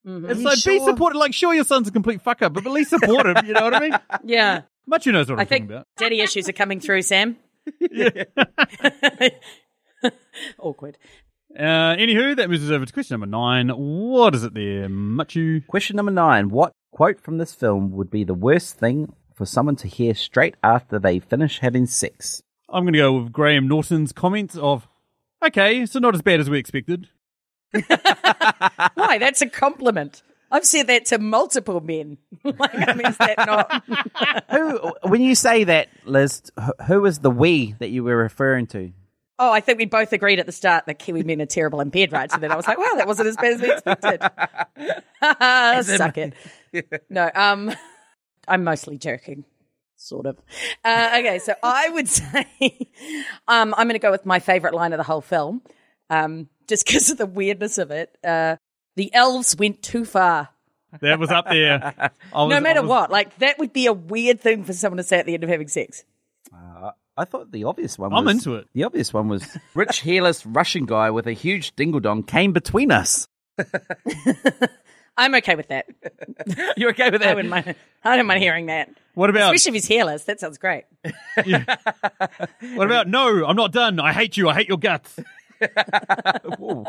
S1: Mhm.
S3: It's
S2: you
S3: like be
S2: sure?
S3: supported. Like sure, your son's a complete fucker, but at least support him. You know what I mean?
S1: Yeah,
S3: Much who knows what
S1: I
S3: am
S1: think
S3: talking about.
S1: daddy issues are coming through, Sam. Awkward.
S3: Uh, anywho, that moves us over to question number nine. What is it there, Machu?
S2: Question number nine: What quote from this film would be the worst thing for someone to hear straight after they finish having sex?
S3: I'm going to go with Graham Norton's comments of, okay, so not as bad as we expected.
S1: Why? That's a compliment. I've said that to multiple men. like, I mean, is that not?
S2: who, when you say that, Liz, wh- who was the we that you were referring to?
S1: Oh, I think we both agreed at the start that Kiwi men are terrible in bed, right? So then I was like, wow, that wasn't as bad as we expected. Suck it. No, um, I'm mostly joking, sort of. Uh, okay, so I would say um, I'm going to go with my favorite line of the whole film, um, just because of the weirdness of it. Uh, the elves went too far.
S3: That was up there. I was-
S1: No matter
S3: I was-
S1: what, like that would be a weird thing for someone to say at the end of having sex.
S2: I thought the obvious one.
S3: I'm
S2: was,
S3: into it.
S2: The obvious one was rich, hairless Russian guy with a huge dingle dong came between us.
S1: I'm okay with that.
S2: You okay with
S1: I wouldn't mind. I don't mind hearing that,
S2: Um,
S3: What about?
S1: especially if he's hairless. That sounds great.
S3: What about? No, I'm not done. I hate you. I hate your guts.
S1: Well,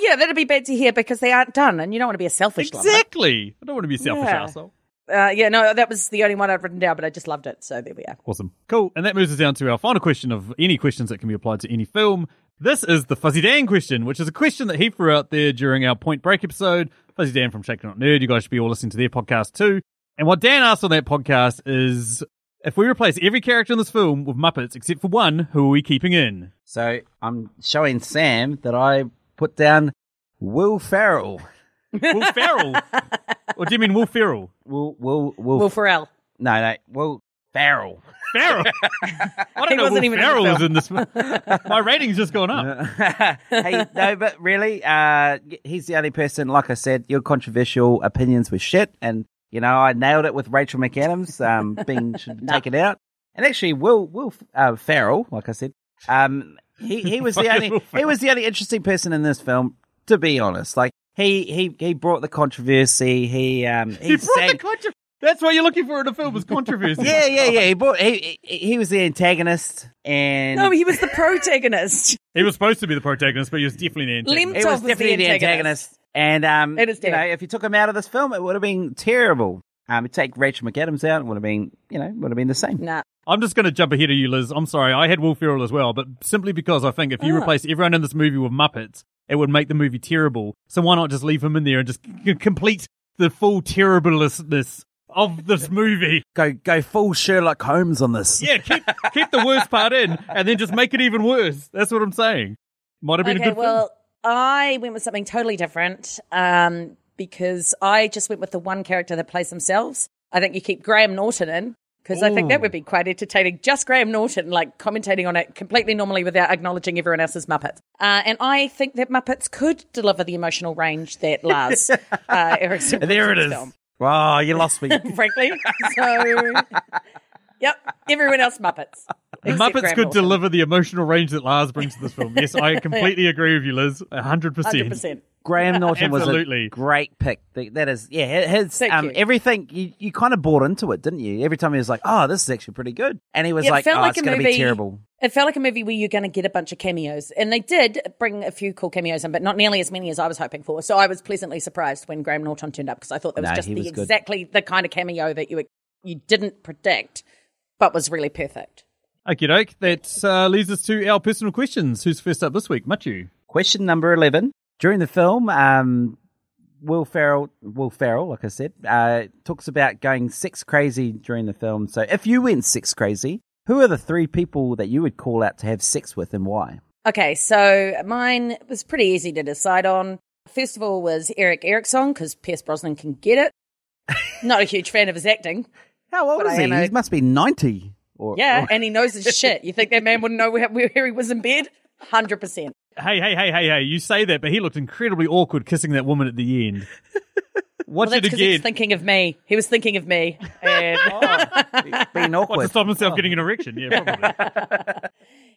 S1: yeah, that'd be bad to hear because they aren't done, and you don't want to be a selfish lover.
S3: Exactly. I don't want to be a selfish
S1: Yeah.
S3: asshole.
S1: Uh, yeah, no, that was the only one I've written down, but I just loved it. So there we are.
S3: Awesome. Cool. And that moves us down to our final question of any questions that can be applied to any film. This is the Fuzzy Dan question, which is a question that he threw out there during our Point Break episode. Fuzzy Dan from Shaken Not Nerd. You guys should be all listening to their podcast too. And what Dan asked on that podcast is if we replace every character in this film with Muppets except for one, who are we keeping in?
S2: So I'm showing Sam that I put down Will Ferrell.
S3: Will Ferrell? or do you mean Will Ferrell?
S2: Will Will Will?
S1: Will Ferrell.
S2: no, no, Will Ferrell.
S3: Ferrell. I don't
S1: He
S3: know.
S1: wasn't even
S3: Will
S1: in the
S3: Ferrell
S1: film.
S3: is in this. My rating's just gone up.
S2: hey, no, but really, uh, he's the only person. Like I said, your controversial opinions were shit, and you know I nailed it with Rachel McAdams um, being should be taken out. And actually, Will Will uh, Farrell, like I said, um, he he was the
S3: Fucking
S2: only
S3: Will
S2: he was the only interesting person in this film. To be honest, like he he he brought the controversy. He um he,
S3: He brought
S2: sang-
S3: the controversy. That's what you're looking for in a film is
S1: Oh
S3: controversy.
S2: yeah yeah yeah he brought he he he was the antagonist and
S1: No, he was the protagonist.
S3: He was supposed to be the protagonist, but he was definitely an antagonist.
S1: Lim-
S2: it was
S1: Toph was the
S2: definitely the antagonist.
S1: antagonist.
S2: And um,
S1: It is
S2: you know,
S1: dead.
S2: if you took him out of this film, it would have been terrible. Um, you take Rachel McAdams out, it would have been, you know, would have been the same.
S1: nah.
S3: I'm just going to jump ahead of you, Liz. I'm sorry. I had Will Ferrell as well, but simply because I think if
S1: Ah.
S3: you replace everyone in this movie with Muppets, it would make the movie terrible. So why not just leave him in there and just c- complete the full terribleness of this movie?
S2: Go, go full Sherlock Holmes on this.
S3: Yeah, keep keep the worst part in, and then just make it even worse. That's what I'm saying. Might have been a
S1: Okay,
S3: good
S1: well, I went with something totally different um, because I just went with the one character that plays themselves. I think you keep Graham Norton in because I think that would be quite entertaining. Just Graham Norton, like commentating on it completely normally without acknowledging everyone else's Muppets. Uh, and I think that Muppets could deliver the emotional range that Lars uh, Erickson
S2: And there it
S1: puts
S2: is.
S1: in film,
S2: Oh, you lost me.
S1: frankly. So, yep, everyone else Muppets.
S3: film.
S1: except
S3: Muppets
S1: Graham
S3: could
S1: Norton.
S3: deliver the emotional range that Lars brings to this film. Yes, I completely agree with you, Liz. 100%.
S1: 100%.
S2: Graham Norton was a
S3: Absolutely.
S2: great pick. Th- That is, yeah, his
S1: Thank
S2: um,
S1: you.
S2: everything you, you kind of bought into it, didn't you? Every time he was like, "Oh, this is actually pretty good," and he was
S1: Yeah, it
S2: like,
S1: felt
S2: "Oh,
S1: like
S2: it's
S1: a
S2: going to be
S1: movie-
S2: terrible."
S1: It felt like a movie where you're going to get a bunch of cameos, and they did bring a few cool cameos in, but not nearly as many as I was hoping for. So I was pleasantly surprised when Graham Norton turned up because I thought that was
S2: No,
S1: just
S2: he
S1: the,
S2: was good.
S1: exactly the kind of cameo that you you didn't predict, but was really perfect.
S3: Okay, doke. That uh, leads us to our personal questions. Who's first up this week? Machu.
S2: Question number eleven: During the film, um, Will Ferrell, Will Ferrell, like I said, uh, talks about going sex crazy during the film. So if you went sex crazy, who are the three people that you would call out to have sex with and why?
S1: Okay, so mine was pretty easy to decide on. First of all, was Eric Erickson because Pierce Brosnan can get it. Not a huge fan of his acting.
S2: How old
S1: But
S2: is
S1: I
S2: he?
S1: am a-
S2: He must be 90. Or,
S1: Yeah,
S2: or-
S1: and he knows his shit. You think that man wouldn't know where, where he was in bed? Hundred percent.
S3: Hey, hey, hey, hey, hey! You say that, but he looked incredibly awkward kissing that woman at the end. Watch
S1: Well, that's
S3: it
S1: because he
S3: again.
S1: was thinking of me. He was thinking of me. And-
S2: being
S3: What, to
S2: awkward.
S3: stop
S1: Oh.
S3: himself getting an erection? Yeah, probably.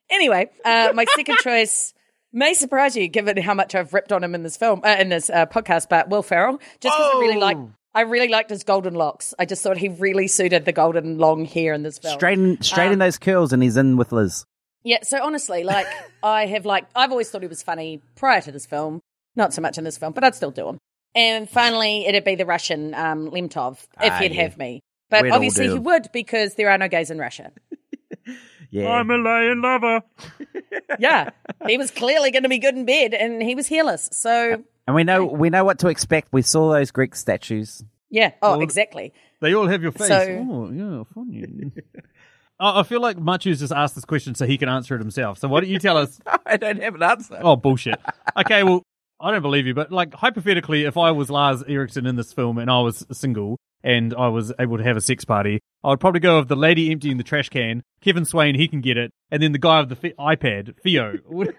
S1: anyway, uh, my second choice may surprise you, given how much I've ripped on him in this film, uh, in this uh, podcast. But Will Ferrell, just because I really like,
S2: Oh.
S1: I really liked his golden locks. I just thought he really suited the golden long hair in this film.
S2: Straighten, straighten those curls, and he's in with Liz.
S1: Yeah, so honestly, like I have like I've always thought he was funny prior to this film. Not so much in this film, but I'd still do him. And finally, it'd be the Russian um, Lemtov if
S2: Ah,
S1: he'd
S2: yeah.
S1: have me. But
S2: We'd all
S1: obviously,
S2: do.
S1: he would because there are no gays in Russia.
S2: Yeah.
S3: a lion lover.
S1: Yeah, he was clearly going to be good in bed, and he was hairless. So
S2: and we know we know what to expect. We saw those Greek statues.
S1: yeah, oh, exactly.
S3: They all have your face.
S1: So-
S3: oh, yeah, funny. I I feel like Machu's just asked this question so he can answer it himself. So why don't you tell us?
S2: I don't have an answer.
S3: oh, bullshit. Okay, well, I don't believe you, but like hypothetically, if I was Lars Eriksson in this film and I was single and I was able to have a sex party, I would probably go with the lady emptying the trash can, Kevin Swain, he can get it, and then the guy with the fi- iPad, Theo.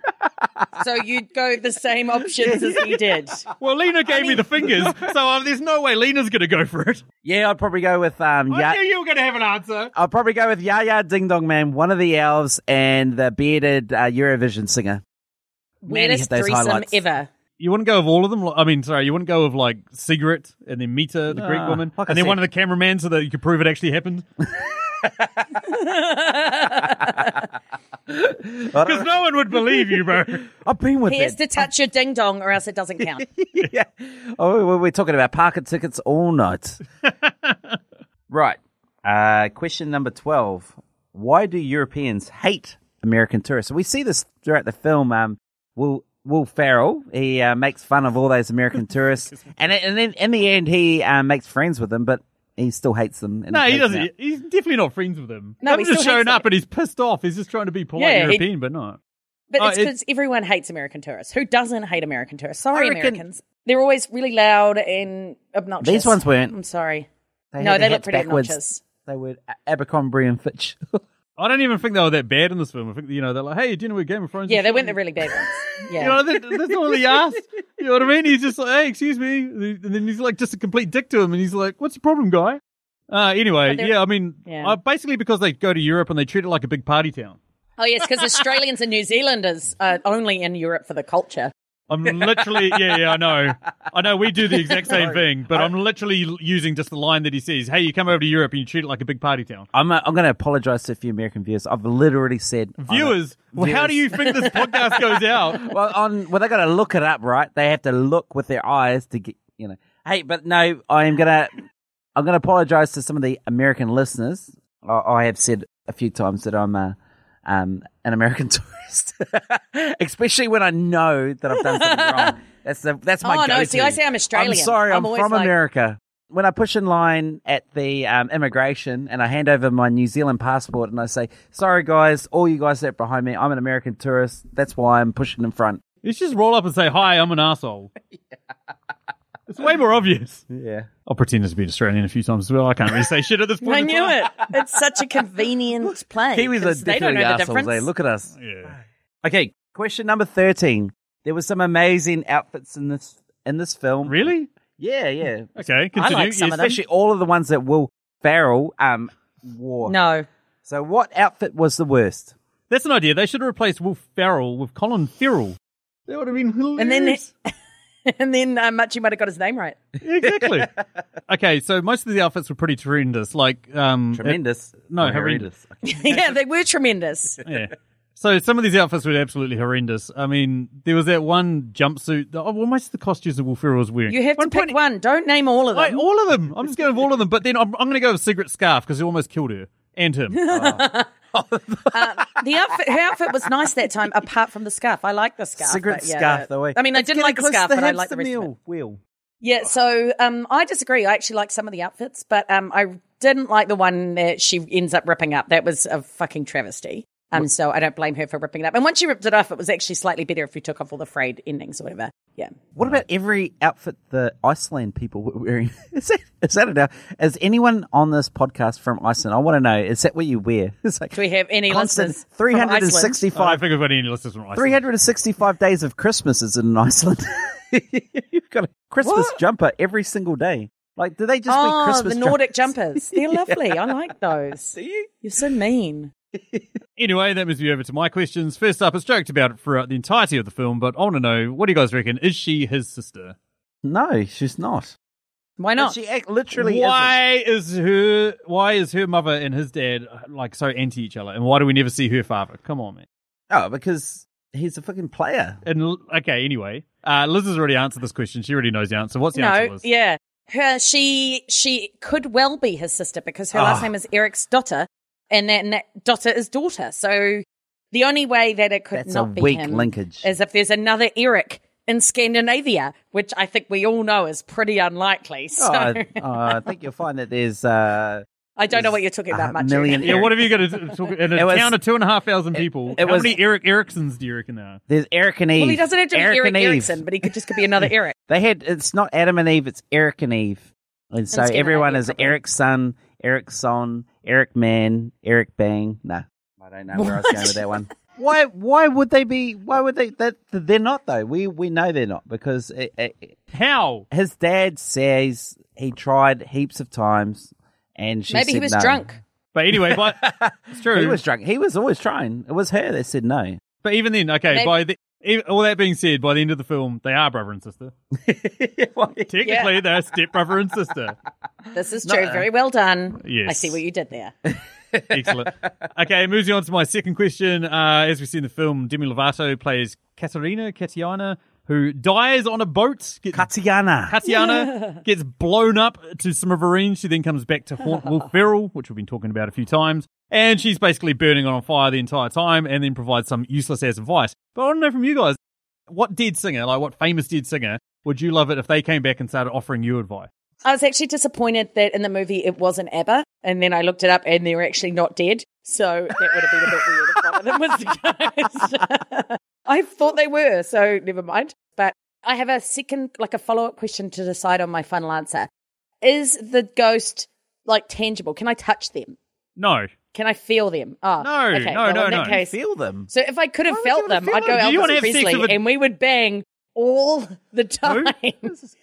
S1: So you'd go the same options as he did.
S3: well, Lena gave me the fingers, so um, there's no way Lena's going to go for it.
S2: Yeah, I'd probably go with um.
S3: I
S2: Ya-
S3: knew you were going to have an answer.
S2: I'll probably go with Yaya Ding Dong Man, one of the elves, and the bearded uh, Eurovision singer. Man, he hit
S1: Weirdest
S2: those
S1: threesome
S2: highlights.
S1: ever.
S3: You wouldn't go with all of them? I mean, sorry, you wouldn't go with like Cigarette and then Mita, the
S2: Nah,
S1: Ah,
S3: Greek woman,
S2: like I
S3: and then
S2: said-
S3: one of the cameramen so that you could prove it actually happened? Because no one would believe you, bro.
S2: I've been with
S1: He has
S2: it.
S1: to touch your ding dong, or else it doesn't count.
S2: yeah. Oh, we- we're talking about parker tickets all night. right. Uh, question number 12. Why do Europeans hate American tourists? We see this throughout the film. Um, Will, Will Farrell, he uh, makes fun of all those American tourists. And, and then in the end, he uh, makes friends with them, but he still hates them. and
S3: No, he
S2: takes them
S3: doesn't.
S2: out.
S3: He's definitely not friends with them.
S1: No,
S3: No,
S1: he
S3: he's just
S1: still
S3: showing
S1: hates
S3: up
S1: them.
S3: and he's pissed off. He's just trying to be polite
S1: Yeah, he-
S3: European, but not.
S1: But
S3: Oh,
S1: it's
S3: it-
S1: because everyone hates American tourists. Who doesn't hate American tourists? Sorry,
S2: I reckon-
S1: Americans. They're always really loud and obnoxious.
S2: These ones weren't.
S1: I'm sorry.
S2: They
S1: no,
S2: had
S1: they
S2: their
S1: look
S2: hats
S1: pretty
S2: backwards.
S1: obnoxious.
S2: They were A- Abercrombie and Fitch.
S3: I don't even think they were that bad in this film. I think you know they're like, hey, do you know where Game of Thrones?
S1: Yeah,
S3: is
S1: they
S3: shot?"
S1: went the really bad ones.
S3: You know,
S1: Yeah.
S3: that, that's not what he asked. You know what I mean? He's just like, hey, excuse me, and then he's like, just a complete dick to him, and he's like, what's your problem, guy? Uh, anyway,
S1: But they're-
S3: yeah, I mean,
S1: Yeah.
S3: uh, basically because they go to Europe and they treat it like a big party town.
S1: Oh, yes, because Australians and New Zealanders are only in Europe for the culture.
S3: I'm literally, yeah, yeah, I know, I know. We do the exact same thing, but I'm literally l- using just the line that he says, "Hey, you come over to Europe and you treat it like a big party town."
S2: I'm, uh, I'm going to apologize to a few American viewers. I've literally said I'm a-
S3: Viewers, well, how do you think this podcast goes out?
S2: well, on well, they got to look it up, right? They have to look with their eyes to get, you know. Hey, but no, I am gonna, I'm gonna apologize to some of the American listeners. I, I have said a few times that I'm a, um, an American tourist, especially when I know that I've done something wrong. That's the that's my
S1: Oh, no,
S2: go-to.
S1: see, I say I'm
S2: I'm
S1: Australian.
S2: sorry,
S1: I'm
S2: I'm,
S1: always
S2: from
S1: like-
S2: America. When I push in line at the um, immigration and I hand over my New Zealand passport and I say, "Sorry, guys, all you guys that are behind me, I'm an American tourist. That's why I'm pushing in front."
S3: Let's just roll up and say, "Hi, I'm an asshole." It's way more obvious.
S2: Yeah.
S3: I'll pretend to be Australian a few times as well. I can't really say shit at this point.
S1: I
S3: in
S1: knew
S3: time.
S1: it. It's such a convenient play.
S2: Kiwis are
S1: 'cause they don't
S2: definitely
S1: know the
S2: assholes.
S1: difference.
S2: They look at us.
S3: Yeah.
S2: Okay, question number thirteen. There was some amazing outfits in this in this film.
S3: Really? Mm-hmm.
S2: Yeah, yeah.
S3: Okay. Continue.
S2: I like some
S3: Yes.
S2: of them. Especially all of the ones that Will Farrell um wore.
S1: no.
S2: So, what outfit was the worst?
S3: That's an idea. They should have replaced Will Ferrell with Colin Farrell. That would have been hilarious.
S1: And then, and then uh, Machi might have got his name right.
S3: exactly. okay, so most of the outfits were pretty horrendous. Like, um,
S2: Tremendous.
S3: no,
S2: Or
S3: horrendous.
S1: yeah, they were tremendous.
S3: it- yeah. So some of these outfits were absolutely horrendous. I mean, there was that one jumpsuit. Oh, well, most of the costumes that Will Ferrell was wearing.
S1: You have to pick
S3: point-
S1: one. Don't name all of
S3: I-
S1: them.
S3: all of them. I'm just going with all of them. But then I'm, I'm going to go with Secret Scarf because he almost killed her and him.
S1: The outfit, her outfit was nice that time, apart from the scarf. I like the scarf.
S2: Cigarette
S1: but yeah,
S2: scarf,
S1: that-
S2: the way.
S1: I mean, I
S2: Let's
S1: didn't
S2: get
S1: like
S2: it
S1: the
S2: close
S1: scarf,
S2: to
S1: but I
S2: hamster
S1: like the rest of it.
S2: meal. Wheel.
S1: Yeah, so um, I disagree. I actually like some of the outfits, but um, I didn't like the one that she ends up ripping up. That was a fucking travesty. Um, so I don't blame her for ripping it up. And once she ripped it off, it was actually slightly better if you took off all the frayed endings or whatever. Yeah.
S2: What about every outfit the Iceland people were wearing? Is that, is that enough? Is anyone on this podcast from Iceland? I want to know. Is that what you wear? It's like
S1: Do we have any
S2: constant
S1: listeners? from Iceland?
S2: 365
S3: I think we've got any listeners from Iceland.
S2: 365 days of Christmas is in Iceland. You've got a Christmas
S1: What?
S2: jumper every single day. Like, do they just wear
S1: Oh,
S2: Christmas
S1: the Nordic jumpers.
S2: jumpers?
S1: They're lovely. I like those.
S2: Do you?
S1: You're so mean.
S3: Anyway, that moves me over to my questions. First up, it's joked about it throughout the entirety of the film, but I want to know what do you guys reckon? Is she his sister?
S2: No, she's not.
S1: Why not?
S2: She act- literally isn't.
S3: why is her Why is her mother and his dad like so anti each other, and why do we never see her father? Come on, man.
S2: Oh, because he's a fucking player.
S3: And L- okay, anyway, uh, Liz has already answered this question. She already knows the answer. What's the answer,
S1: no,
S3: Liz?
S1: yeah. Her, she, she could well be his sister because her last
S3: Ah.
S1: name is Eric's daughter, and then that daughter is daughter. So the only way that it could
S2: That's a
S1: not be
S2: weak
S1: him
S2: linkage.
S1: is if there's another Eric in Scandinavia, which I think we all know is pretty unlikely. So
S2: Oh, I, oh, I think you'll find that there's uh,
S1: I don't know
S2: there's
S1: what you're talking
S2: a
S1: about much.
S2: million
S1: Eric.
S3: Yeah, what have you got to talk in a
S2: It was-
S3: town of two and a half thousand people?
S2: it
S3: how
S2: was-
S3: many Eric Ericksons do you reckon there? are?
S2: there's Eric and Eve.
S1: Well, he doesn't have to be
S2: Eric
S1: Eric
S2: and Eve.
S1: Erickson, but he could just could be another Eric.
S2: They had it's not Adam and Eve, it's Eric and Eve. And so
S1: Scandinavia,
S2: everyone is
S1: probably.
S2: Eric's son, Eric's son, Eric Man, Eric Bang. Nah. I don't know where I was going with that one. Why why would they be why would they that they're not though. We we know they're not because it, it,
S3: How?
S2: his dad says he tried heaps of times and she
S1: Maybe he
S2: said
S1: was
S2: no.
S1: drunk.
S3: But anyway, but it's true.
S2: He was drunk. He was always trying. It was her that said no.
S3: But even then, okay.
S1: Maybe-
S3: By the even, all that being said, by the end of the film, they are brother and sister. Technically, they're step brother and sister.
S1: This is true. Very well done.
S3: Yes.
S1: I see what you did there.
S3: Excellent. Okay, moves you on to my second question. Uh, as we see in the film, Demi Lovato plays Katerina Katiana, who dies on a boat. Gets,
S2: Tatiana.
S3: Katiana gets blown up to some riverine. She then comes back to haunt Will Ferrell, which we've been talking about a few times. And she's basically burning on fire the entire time and then provides some useless ass advice. But I want to know from you guys, what dead singer, like what famous dead singer, would you love it if they came back and started offering you advice?
S1: I was actually disappointed that in the movie it wasn't ABBA, and then I looked it up and they were actually not dead. So that would have been a bit weird if one of them was the case. I thought they were, so never mind. But I have a second, like a follow up question to decide on my final answer. Is the ghost like tangible? Can I touch them?
S3: No.
S1: Can I feel them? Oh,
S3: No,
S1: okay.
S3: no,
S1: well,
S3: no,
S1: in that
S3: no.
S1: Case,
S2: Feel them.
S1: so if I could have
S2: Why would you
S1: felt
S2: wanna
S1: them,
S2: feel
S1: I'd go
S2: them?
S3: You wanna
S1: Elvis
S3: have sex
S1: Presley,
S3: with a-
S1: and we would bang all the time.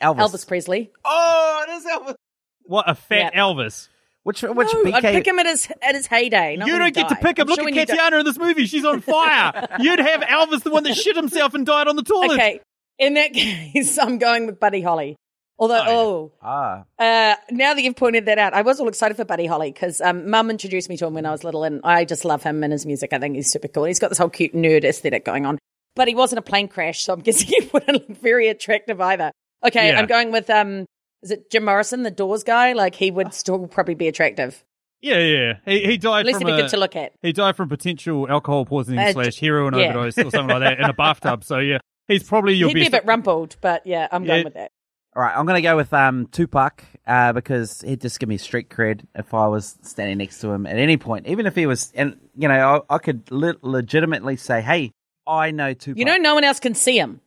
S1: Elvis. Presley.
S2: Oh, it is Elvis.
S3: What a fat
S1: Yeah.
S3: Elvis.
S2: Which which
S1: No,
S2: BK
S1: I'd pick him at his at his heyday. not
S3: You
S1: when he
S3: don't get to
S1: died.
S3: pick him.
S1: I'm
S3: Look
S1: sure when he
S3: at Katiana in this movie. She's on fire. You'd have Elvis, the one that shit himself and died on the
S1: died-
S3: toilet.
S1: Okay, in that case, I'm going with Buddy Holly. Although, oh,
S2: Ah,
S1: uh, now that you've pointed that out, I was all excited for Buddy Holly because um, Mum introduced me to him when I was little, and I just love him and his music. I think he's super cool. He's got this whole cute nerd aesthetic going on, but he wasn't a plane crash, so I'm guessing he wouldn't look very attractive either. Okay,
S3: Yeah.
S1: I'm going with um, is it Jim Morrison, the Doors guy? Like he
S3: Ah.
S1: would still probably be attractive.
S3: Yeah, yeah. He, he died
S1: At least
S3: from
S1: he'd be
S3: a,
S1: good to look at.
S3: He died from potential alcohol poisoning
S1: Uh,
S3: slash heroin
S1: yeah.
S3: overdose or something like that in a bathtub. So yeah, he's probably your
S1: He'd be a
S3: best.
S1: bit rumpled, but yeah, I'm
S3: Yeah.
S1: going with that.
S2: all right. I'm gonna go with um Tupac uh, because he'd just give me street cred if I was standing next to him at any point, even if he was. And you know, I, I could le- legitimately say, "Hey, I know Tupac."
S1: You know, no one else can see him.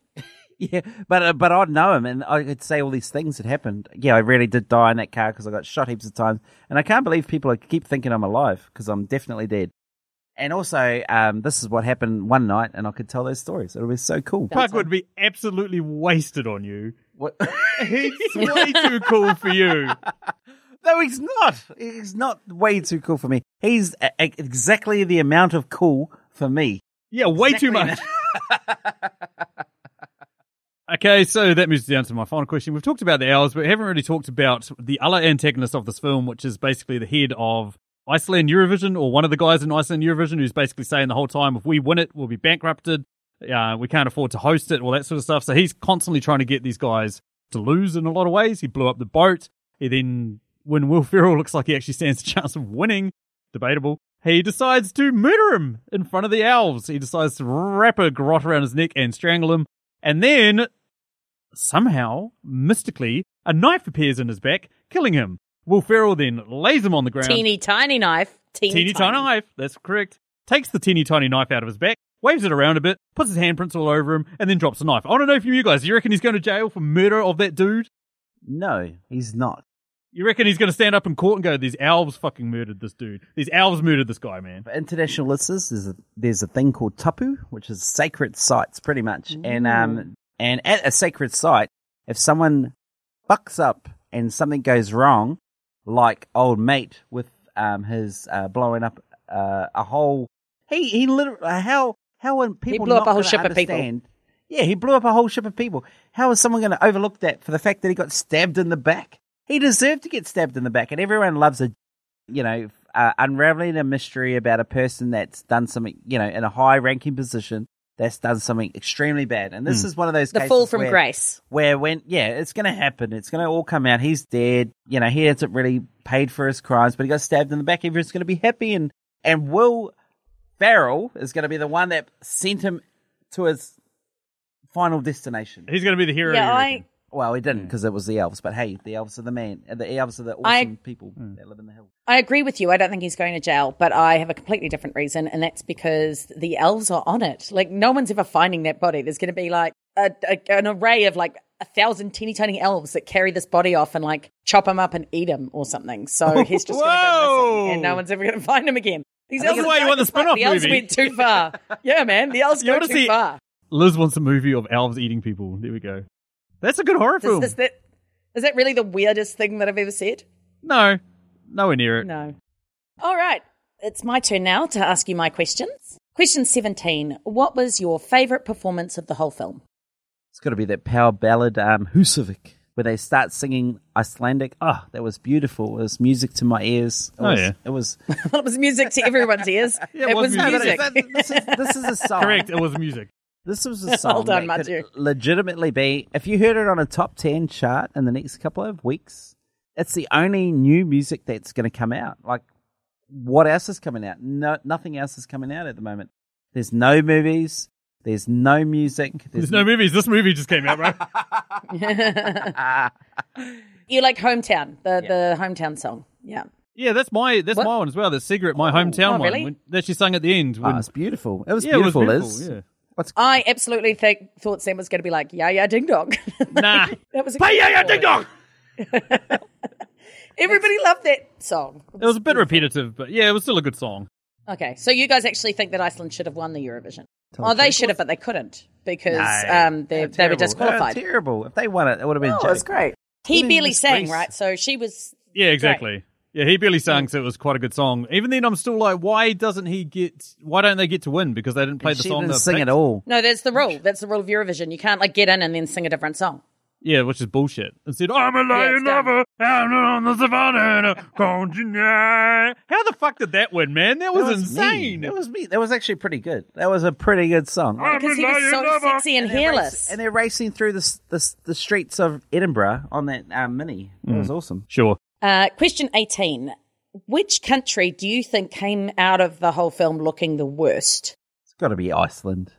S2: yeah, but uh, but I'd know him, and I could say all these things that happened. Yeah, I really did die in that car because I got shot heaps of times, and I can't believe people are- keep thinking I'm alive because I'm definitely dead. And also, um, this is what happened one night, and I could tell those stories. It'll be so cool.
S3: Puck would be absolutely wasted on you.
S2: What?
S3: He's way too cool for you.
S2: No, he's not. He's not way too cool for me. He's e- e- exactly the amount of cool for me.
S3: Yeah, way too much. Okay, so that moves down to my final question. We've talked about the owls, but we haven't really talked about the other antagonist of this film, which is basically the head of Iceland Eurovision, or one of the guys in Iceland Eurovision, who's basically saying the whole time, if we win it, we'll be bankrupted. Uh, we can't afford to host it, all that sort of stuff. So he's constantly trying to get these guys to lose in a lot of ways. He blew up the boat. He then, when Will Ferrell looks like he actually stands a chance of winning, debatable. He decides to murder him in front of the elves. He decides to wrap a garrote around his neck and strangle him. And then Somehow, mystically, a knife appears in his back, killing him. Will Ferrell then lays him on the ground.
S1: Teeny tiny knife. Teeny,
S3: teeny tiny knife. That's correct. Takes the teeny tiny knife out of his back, waves it around a bit, puts his handprints all over him, and then drops the knife. I want to know from you guys, do you reckon he's going to jail for murder of that dude?
S2: No, he's not.
S3: You reckon he's going to stand up in court and go, these elves fucking murdered this dude. These elves murdered this guy, man.
S2: For international listeners, there's a, there's a thing called tapu, which is sacred sites, pretty much. And
S1: Mm.
S2: um, and at a sacred site, if someone fucks up and something goes wrong, like old mate with um his uh, blowing up uh, a whole, he he literally how how when people
S1: blew up
S2: not
S1: a whole
S2: gonna
S1: ship of people.
S2: understand- Yeah, he blew up a whole ship of people. How is someone going to overlook that for the fact that he got stabbed in the back? He deserved to get stabbed in the back, and everyone loves a you know, uh, unraveling a mystery about a person that's done something, you know, in a high ranking position that's done something extremely bad. And this is one of those
S1: The
S2: cases
S1: fall from
S2: where,
S1: grace.
S2: where when yeah, it's going to happen. It's going to all come out. He's dead. You know, he hasn't really paid for his crimes, but he got stabbed in the back. Everyone's going to be happy, and and Will Farrell is going to be the one that sent him to his final destination.
S3: He's going to be the hero.
S1: Yeah,
S3: you
S1: I-
S3: reckon?
S2: Well, he didn't because it was the elves, but hey, the elves are the man. The elves are the awesome
S1: I-
S2: people that live in the hills.
S1: I agree with you. I don't think he's going to jail, but I have a completely different reason, and that's because the elves are on it. Like, no one's ever finding that body. There's going to be like a, a- an array of like a thousand teeny tiny elves that carry this body off and like chop him up and eat him or something. So he's just going to go
S3: Whoa!
S1: missing, and no one's ever going to find him again. These
S3: think
S1: elves
S3: that's
S1: are
S3: why you
S1: dark
S3: want the
S1: as fuck.
S3: spin-off
S1: The elves
S3: movie.
S1: went too far. yeah, man, the elves
S3: You
S1: go
S3: wanna
S1: too
S3: see-
S1: far.
S3: Liz wants a movie of elves eating people. There we go. That's a good horror
S1: Is,
S3: film.
S1: is that is that really the weirdest thing that I've ever said?
S3: No, nowhere near it.
S1: No. All right. It's my turn now to ask you my questions. Question 17 What was your favourite performance of the whole film?
S2: It's got to be that power ballad, um, Husavik, where they start singing Icelandic. Ah, that was beautiful. It was music to my ears. It
S3: Oh,
S2: was,
S3: yeah.
S2: It was.
S1: Well, it was music to everyone's ears.
S3: Yeah, it
S1: it,
S3: was
S1: was
S3: music.
S1: music.
S2: No, but it- this, is, this is a song.
S3: Correct. It was music.
S2: This was a song
S1: Well done,
S2: that could
S1: Matthew.
S2: legitimately be. If you heard it on a top ten chart in the next couple of weeks, it's the only new music that's going to come out. Like, what else is coming out? No, nothing else is coming out at the moment. There's no movies. There's no music.
S3: There's no movies. This movie just came out, right?
S1: you like Hometown, the, the Hometown song. Yeah.
S3: yeah, that's my that's
S1: What?
S3: my one as well. The cigarette, my hometown
S1: oh, really?
S3: one when- that she sung at the end. When,
S2: Oh, it's beautiful. It was
S3: yeah,
S2: beautiful,
S3: it was
S2: Liz.
S3: beautiful.
S1: I absolutely think, thought Sam was going to be like, yeah, yeah, ding dong.
S3: Yeah. Nah.
S1: that was a
S3: Hey, yeah, yeah, ding dong.
S1: Everybody loved that song.
S3: It was a bit repetitive, but yeah, it was still a good song.
S1: Okay, so you guys actually think that Iceland should have won the Eurovision? Oh, they should have, but they couldn't because
S2: No,
S1: um, they, they were
S2: They're terrible. Uh, They're
S1: disqualified.
S2: terrible. If they won it, it would have been.
S1: Oh,
S2: joke.
S1: it's great. He
S2: Even
S1: barely
S2: Miss
S1: sang,
S2: Grace.
S1: right? So she was.
S3: Yeah, exactly. Yeah, he barely sang, so it was quite a good song. Even then, I'm still like, why doesn't he get? Why don't they get to win? Because they didn't play
S2: And
S3: the
S2: she
S3: song.
S2: didn't
S3: they
S2: sing
S3: picked.
S2: at all.
S1: No, that's the rule. That's the rule of Eurovision. You can't like get in and then sing a different song.
S3: Yeah, which is bullshit. Instead, I'm a lion
S1: it's dumb.
S3: lover, out on the savannah, can't you know? How the fuck did that win, man? That was, insane.
S2: That was me. That was actually pretty good. That was a pretty good song.
S1: Because he was so sexy and hairless.
S2: And they're racing through the, s- the s- the streets of Edinburgh on that uh, mini. It was awesome.
S3: Sure.
S1: Uh, question 18. Which country do you think came out of the whole film looking the worst?
S2: It's got to be Iceland.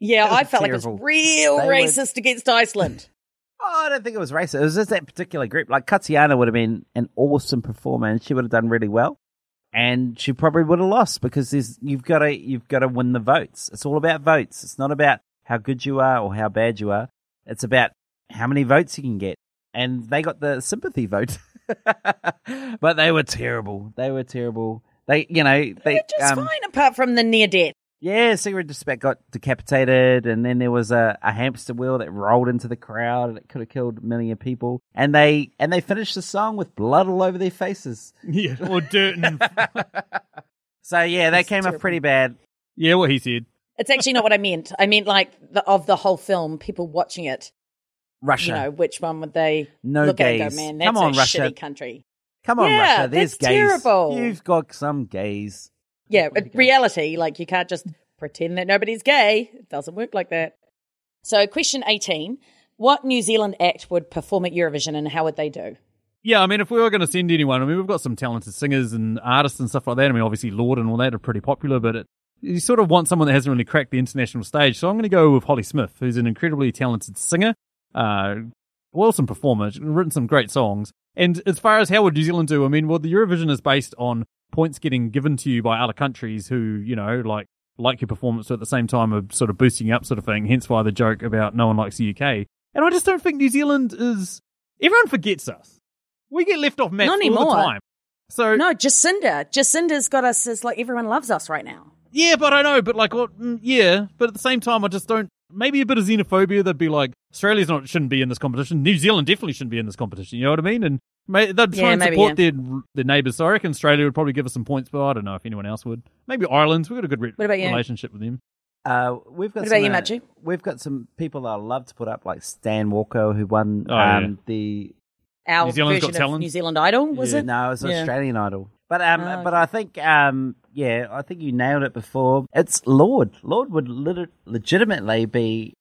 S1: Yeah,
S2: That was
S1: I felt like it
S2: terrible.
S1: was real
S2: They were-
S1: racist against Iceland.
S2: Oh, I don't think it was racist. It was just that particular group. Like Katiana would have been an awesome performer, and she would have done really well. And she probably would have lost because there's, you've got to you've got to win the votes. It's all about votes. It's not about how good you are or how bad you are. It's about how many votes you can get. And they got the sympathy vote, but they were terrible. They were terrible. They, you know, they
S1: They're just
S2: um,
S1: fine apart from the near death.
S2: yeah, Secret Respect got decapitated, and then there was a, a hamster wheel that rolled into the crowd, and it could have killed a million people. And they and they finished the song with blood all over their faces.
S3: Yeah. Or dirt and
S2: So yeah, they came off pretty bad.
S3: yeah, what he said.
S1: It's actually not what I meant. I meant like the, of the whole film, people watching it.
S2: Russia,
S1: You know, which one would they
S2: No
S1: look at and
S2: gays.
S1: go, man, that's
S2: Come on,
S1: a
S2: Russia.
S1: shitty country.
S2: come on,
S1: Yeah,
S2: Russia, there's
S1: that's
S2: gays.
S1: terrible.
S2: You've got some gays.
S1: yeah,
S2: Where'd it go?
S1: reality. Like you can't just pretend that nobody's gay. It doesn't work like that. So, question eighteen: What New Zealand act would perform at Eurovision, and how would they do?
S3: Yeah, I mean, if we were going to send anyone, I mean, we've got some talented singers and artists and stuff like that. I mean, obviously, Lord and all that are pretty popular, but it, you sort of want someone that hasn't really cracked the international stage. So I'm going to go with Holly Smith, who's an incredibly talented singer. uh, awesome performer, She's written some great songs. And as far as how would New Zealand do, I mean, well, the Eurovision is based on points getting given to you by other countries who, you know, like like your performance, but at the same time are sort of boosting you up, sort of thing. Hence why the joke about no one likes the UK. And I just don't think New Zealand is. Everyone forgets us. We get left off maps
S1: Not
S3: all
S1: anymore.
S3: the time. So
S1: No, Jacinda. Jacinda's got us as like everyone loves us right now.
S3: Yeah, but I know, but like, well, mm, yeah, but at the same time, I just don't. Maybe a bit of xenophobia. They'd be like, Australia's not shouldn't be in this competition. New Zealand definitely shouldn't be in this competition. You know what I mean? And may, they'd try
S1: Yeah,
S3: and
S1: maybe,
S3: support their their neighbours. So I reckon Australia would probably give us some points, but I don't know if anyone else would. Maybe Ireland. We've got a good re-
S1: What about you?
S3: relationship with them.
S2: Uh, we've got
S1: What
S2: some,
S1: about you,
S2: uh,
S1: Machu?
S2: We've got some people that I love to put up, like Stan Walker, who won
S3: Oh,
S2: um,
S3: yeah.
S2: the
S1: Our
S3: New Zealand's
S1: version
S3: Got
S1: of
S3: Talent?
S1: New Zealand Idol was
S3: Yeah.
S1: it?
S2: No, it's
S1: Yeah.
S2: Australian Idol. But um,
S1: Oh,
S2: but I think um, yeah, I think you nailed it before. It's Lord. Lord would lit- legitimately be,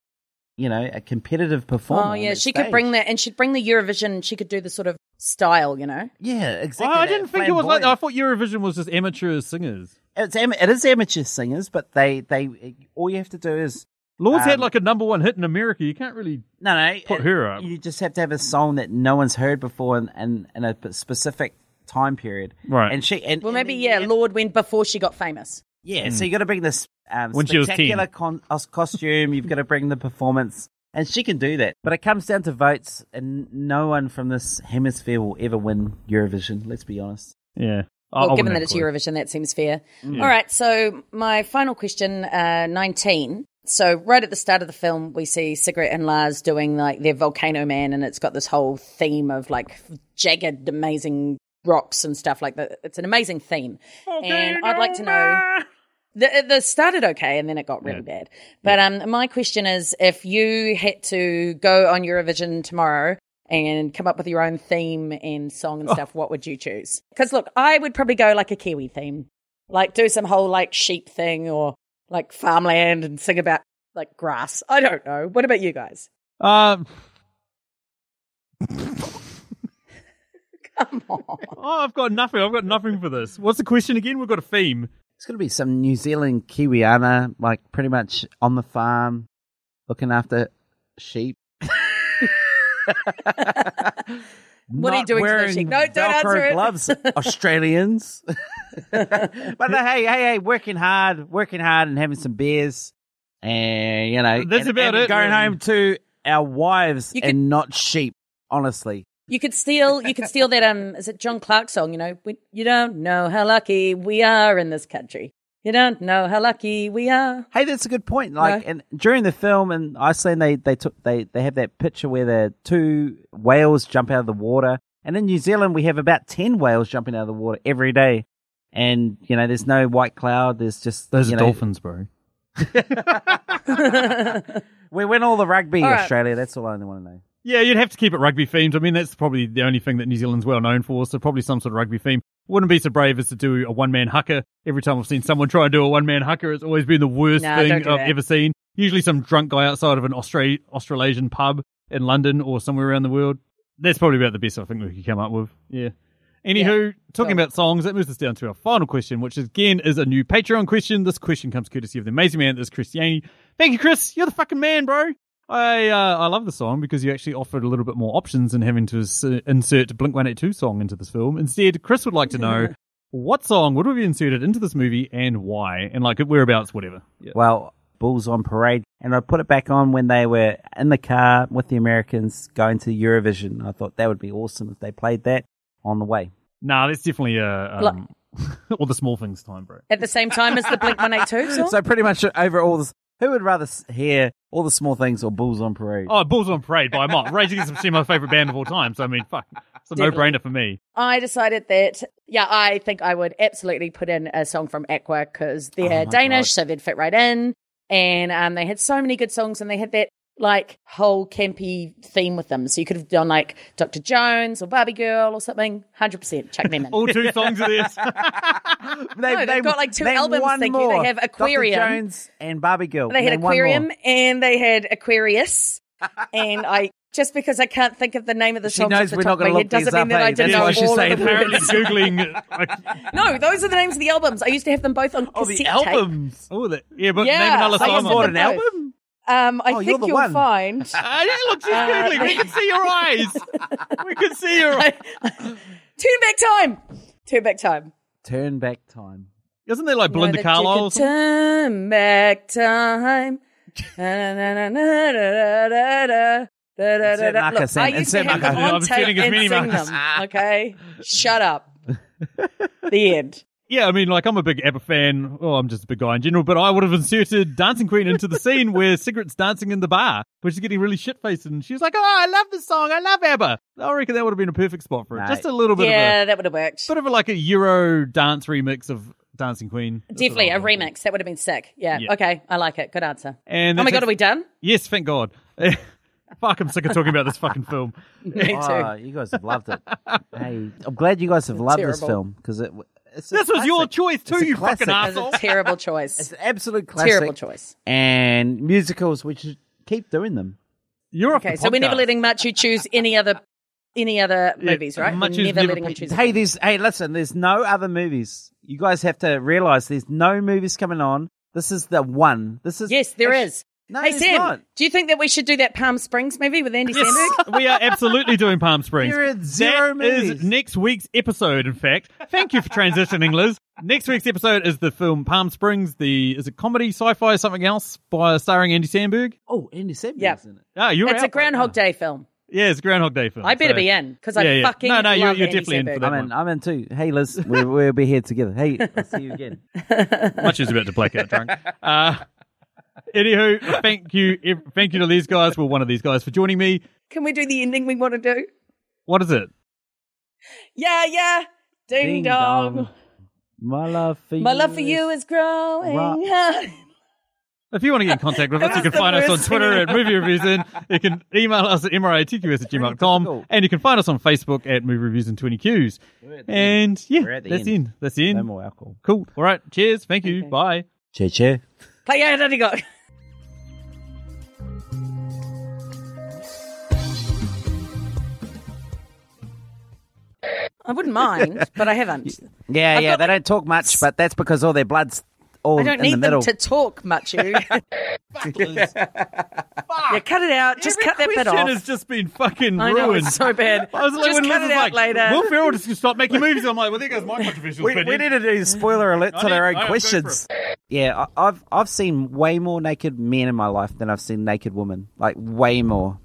S2: you know, a competitive performer.
S1: Oh
S2: on
S1: yeah,
S2: that
S1: she could
S2: stage.
S1: bring the and she'd bring the Eurovision. and She could do the sort of style, you know.
S2: Yeah, exactly.
S3: Oh, I
S2: that
S3: didn't think it was like that. I
S2: flamboyant-
S3: thought Eurovision was just amateur singers.
S2: It's am- it is amateur singers, but they they all you have to do is
S3: Lord's had
S2: Um,
S3: like a number one hit in America. You can't really.
S2: no no
S3: Put
S2: it-
S3: her up.
S2: You just have to have a song that no one's heard before and in, in, a specific time period.
S3: Right.
S2: And she and
S1: Well,
S2: and
S1: maybe
S2: then
S1: yeah,
S2: you have-
S1: Lord went before she got famous.
S2: Yeah, so you got to bring this um,
S3: Hmm. When she was 10.
S2: spectacular con- os- costume. You've got to bring the performance, and she can do that. But it comes down to votes, and no one from this hemisphere will ever win Eurovision. Let's be honest.
S3: Yeah. I- I
S1: Well,
S3: wouldn't
S1: given
S3: have
S1: that
S3: a
S1: it's
S3: clue. Mm.
S1: Eurovision, that seems fair. All right, so my final question, uh, 19. So, right at the start of the film, we see Cigarette and Lars doing like their Volcano Man, and it's got this whole theme of like jagged, amazing rocks and stuff like that. It's an amazing theme. and I'd like to know. The, the started okay and then it got really bad. But um, my question is if you had to go on Eurovision tomorrow and come up with your own theme and song and stuff, what would you choose? Because look, I would probably go like a Kiwi theme, like do some whole like sheep thing or like farmland and sing about like grass. I don't know. What about you guys?
S3: Um,
S1: Come on.
S3: oh, I've got nothing. I've got nothing for this. What's the question again? We've got a theme.
S2: It's going to be some New Zealand Kiwiana, like pretty much on the farm, looking after sheep.
S1: What are you doing to the sheep? No, don't answer it.
S2: gloves, Australians. but uh, hey, hey, hey, working hard, working hard, and having some beers, and you know,
S3: That's
S2: and-
S3: about
S2: and
S3: it,
S2: Going
S3: really.
S2: home to our wives
S1: You
S2: and not sheep. Honestly,
S1: You could steal. You could steal that. Um, is it John Clark song? You know, we, you don't know how lucky we are in this country. You don't know how lucky we are.
S2: hey, that's a good point. Like,
S1: No.
S2: and during the film in Iceland, they they took they they have that picture where the two whales jump out of the water, and in New Zealand we have about ten whales jumping out of the water every day. And you know, there's no white cloud. There's just you know,
S3: bro.
S2: We win all the rugby,
S1: All right.
S2: Australia. That's all I only want to know.
S3: Yeah, you'd have to keep it rugby themed. I mean, that's probably the only thing that New Zealand's well known for. So probably some sort of rugby theme. Wouldn't be so brave as to do a one man hucker. Every time I've seen someone try and do a one man hucker, it's always been the worst
S1: Nah,
S3: thing
S1: don't do
S3: I've
S1: that.
S3: ever seen. Usually some drunk guy outside of an Austra- Australasian pub in London or somewhere around the world. That's probably about the best I think we could come up with. Yeah. Anywho, talking about songs, that moves us down to our final question, which is, again is a new Patreon question. This question comes courtesy of the amazing man that is Christiani. Thank you, Chris. You're the fucking man, bro. I uh, I love the song because you actually offered a little bit more options than having to s- insert Blink One Eight Two song into this film. Instead, Chris would like to know what song would have been inserted into this movie and why, and like whereabouts, whatever. Yeah.
S2: Well, Bulls on Parade. And I put it back on when they were in the car with the Americans going to Eurovision. I thought that would be awesome if they played that on the way.
S3: Nah, that's definitely uh, um, all the small things time, bro.
S1: At the same time as the Blink One Eight Two song.
S2: So pretty much over all this, who would rather s- hear all the small things or Bulls on Parade?
S3: Oh, Bulls on Parade by Mott. Rage Against the Machine, my favorite band of all time. So I mean, fuck, it's a no
S1: Definitely.
S3: brainer for me.
S1: I decided that. Yeah, I think I would absolutely put in a song from Aqua because they're
S2: Oh my
S1: Danish,
S2: God.
S1: so they'd fit right in. And um, they had so many good songs, and they had that like whole campy theme with them. So you could have done like Dr. Jones or Barbie Girl or something. Hundred percent, chuck them in.
S2: Oh,
S3: All two songs of this.
S2: Name-
S1: they've
S2: name-
S1: got like two
S2: name
S1: albums,
S2: one
S1: thank you. They
S2: more.
S1: have
S2: Dr.
S1: Aquarium.
S2: Jones and Barbie Girl.
S1: They had
S2: Name one more.
S1: Aquarium and they had Aquarius. and I just because I can't think of the name of the
S2: She
S1: song,
S2: knows
S1: the
S2: we're
S1: top
S2: not
S1: of my
S2: gonna
S1: head
S2: look these
S1: doesn't mean
S2: up,
S1: that I
S2: hey?
S1: didn't
S2: That's
S1: know
S2: why she's
S1: all of
S2: saying
S1: the words.
S3: Apparently, googling. Like,
S1: No, those are the names of the albums. I used to have them both on
S2: Oh,
S1: cassette
S2: the
S1: tape.
S2: albums.
S3: oh, that, yeah, but
S1: Yeah,
S3: name another
S1: I
S2: Someone
S1: guess
S3: song.
S1: they're
S2: bought an
S3: on it.
S1: both.
S2: album?
S1: Um, I
S2: Oh, you're
S1: think
S2: the
S1: you'll
S2: one.
S1: find.
S3: Ah, yeah, look, she's
S1: Uh,
S3: googling. We can see your eyes. We can see your eyes.
S1: Turn back time. Turn back time.
S2: Turn back time.
S3: Isn't there like
S1: Know
S3: Belinda
S1: that you
S3: Carlisle?
S1: can
S3: or
S1: Turn
S3: something?
S1: back time.
S2: Insert
S1: Marcus
S2: Marcus in,
S1: I used to
S2: insert
S1: have
S2: Marcus
S1: them
S2: in.
S1: on
S3: I'm
S1: tape
S3: turning as
S1: and
S3: many
S1: sing
S3: Marcus.
S1: them. Okay, shut up. the end.
S3: Yeah, I mean, like I'm a big ABBA fan. Well, I'm just a big guy in general, but I would have inserted Dancing Queen into the scene where Sigrid's dancing in the bar, where she's getting really shit faced, and she was like, "Oh, I love this song. I love ABBA." I reckon that would have been a perfect spot for it.
S2: No.
S3: Just a little bit of
S1: Yeah, that would have worked.
S3: a bit of a, like a Euro dance remix of Dancing Queen. That's what
S1: Definitely
S3: I
S1: a
S3: would have done.
S1: remix. That would have been sick. Yeah.
S3: Yeah.
S1: Okay, I like it. Good answer.
S3: And
S1: oh my
S3: that's
S1: god, are we done?
S3: Yes, thank God. Fuck, I'm sick of talking about this fucking film.
S1: Me too.
S2: Oh, you guys have loved it. hey, I'm glad you guys have loved this
S1: Terrible.
S2: film because it. It's a
S3: This was your
S2: classic.
S3: choice too,
S2: It's a
S3: you
S2: classic.
S3: fucking
S1: That
S3: asshole.
S1: was a terrible choice.
S2: It's an absolute classic.
S1: terrible choice.
S2: And musicals, we should keep doing them.
S3: You're off
S1: Okay,
S3: the
S1: so we're never
S3: podcast.
S1: letting Machu choose any other any other movies, right? We're
S3: Machu's
S1: never,
S3: never
S1: letting him
S3: picked-
S1: choose.
S2: Hey, there's hey, listen, there's no other movies. You guys have to realize there's no movies coming on. This is the one. This is
S1: yes, there
S2: Actu-
S1: is.
S2: No,
S1: hey
S2: there's
S1: Sam,
S2: not.
S1: do you think that we should do that Palm Springs movie with Andy Sandberg?
S3: Yes, we are absolutely doing Palm Springs.
S2: There are zero
S3: That is
S2: movies.
S3: next week's episode. In fact, thank you for transitioning, Liz. Next week's episode is the film Palm Springs. The is it comedy, sci-fi, something else by starring Andy Sandberg.
S2: Oh, Andy Samberg's
S1: Yep.
S2: in it.
S3: Ah, you're
S1: It's
S3: out.
S1: a Groundhog Day film.
S3: Yeah, it's a Groundhog Day film.
S1: I better
S3: so-
S1: be in because
S3: Yeah,
S1: I
S3: yeah.
S1: fucking
S3: No, no, you're-
S1: love
S3: you're
S1: Andy
S3: definitely in for
S1: Samberg.
S3: that.
S2: I'm
S3: one.
S2: in. I'm in too. Hey, Liz, we, we'll be here together. Hey, I'll see you again.
S3: Much is about to blackout drunk. Uh, anywho, thank you, ev- thank you to these guys. Well, one of these guys for joining me.
S1: Can we do the ending we want to do?
S3: What is it?
S1: Yeah, yeah. Ding,
S2: Ding
S1: dong.
S2: dong. My love for you.
S1: My love for you is growing.
S3: If you want to get in contact with us, you
S1: That
S3: can
S1: was the
S3: find us on
S1: worst
S3: Twitter
S1: thing
S3: at Movie Reviews In. You can email us at mritqs at gmail.com.
S2: difficult.
S3: And you can find us on Facebook at Movie Reviews and 20 Qs. And yeah,
S2: We're at the
S3: that's in.
S2: end.
S3: That's the end.
S2: No more alcohol.
S3: Cool. All right. Cheers. Thank you. Bye.
S2: Che che.
S1: Play yeah, there you go. I wouldn't mind, but I haven't.
S2: Yeah,
S1: I've
S2: yeah.
S1: got
S2: They don't talk much, but that's because all their blood's all
S1: I don't
S2: in
S1: need
S2: the
S1: them
S2: middle.
S1: to talk much. You. yeah, cut it out. Just cut that
S3: Every
S1: bit
S3: question
S1: off.
S3: has just been fucking
S1: I
S3: ruined.
S1: know it's so bad.
S3: I was like,
S1: just
S3: when
S1: cut it
S3: Liz was
S1: out
S3: like,
S1: later.
S3: Will Ferrell just stopped making movies. I'm like, well, there goes my controversial
S2: we, we
S3: opinion.
S2: need to do spoiler alerts on
S3: need-
S2: our own
S3: I- I'll go
S2: questions. Yeah, I, I've I've seen way more naked men in my life than I've seen naked women. Like way more.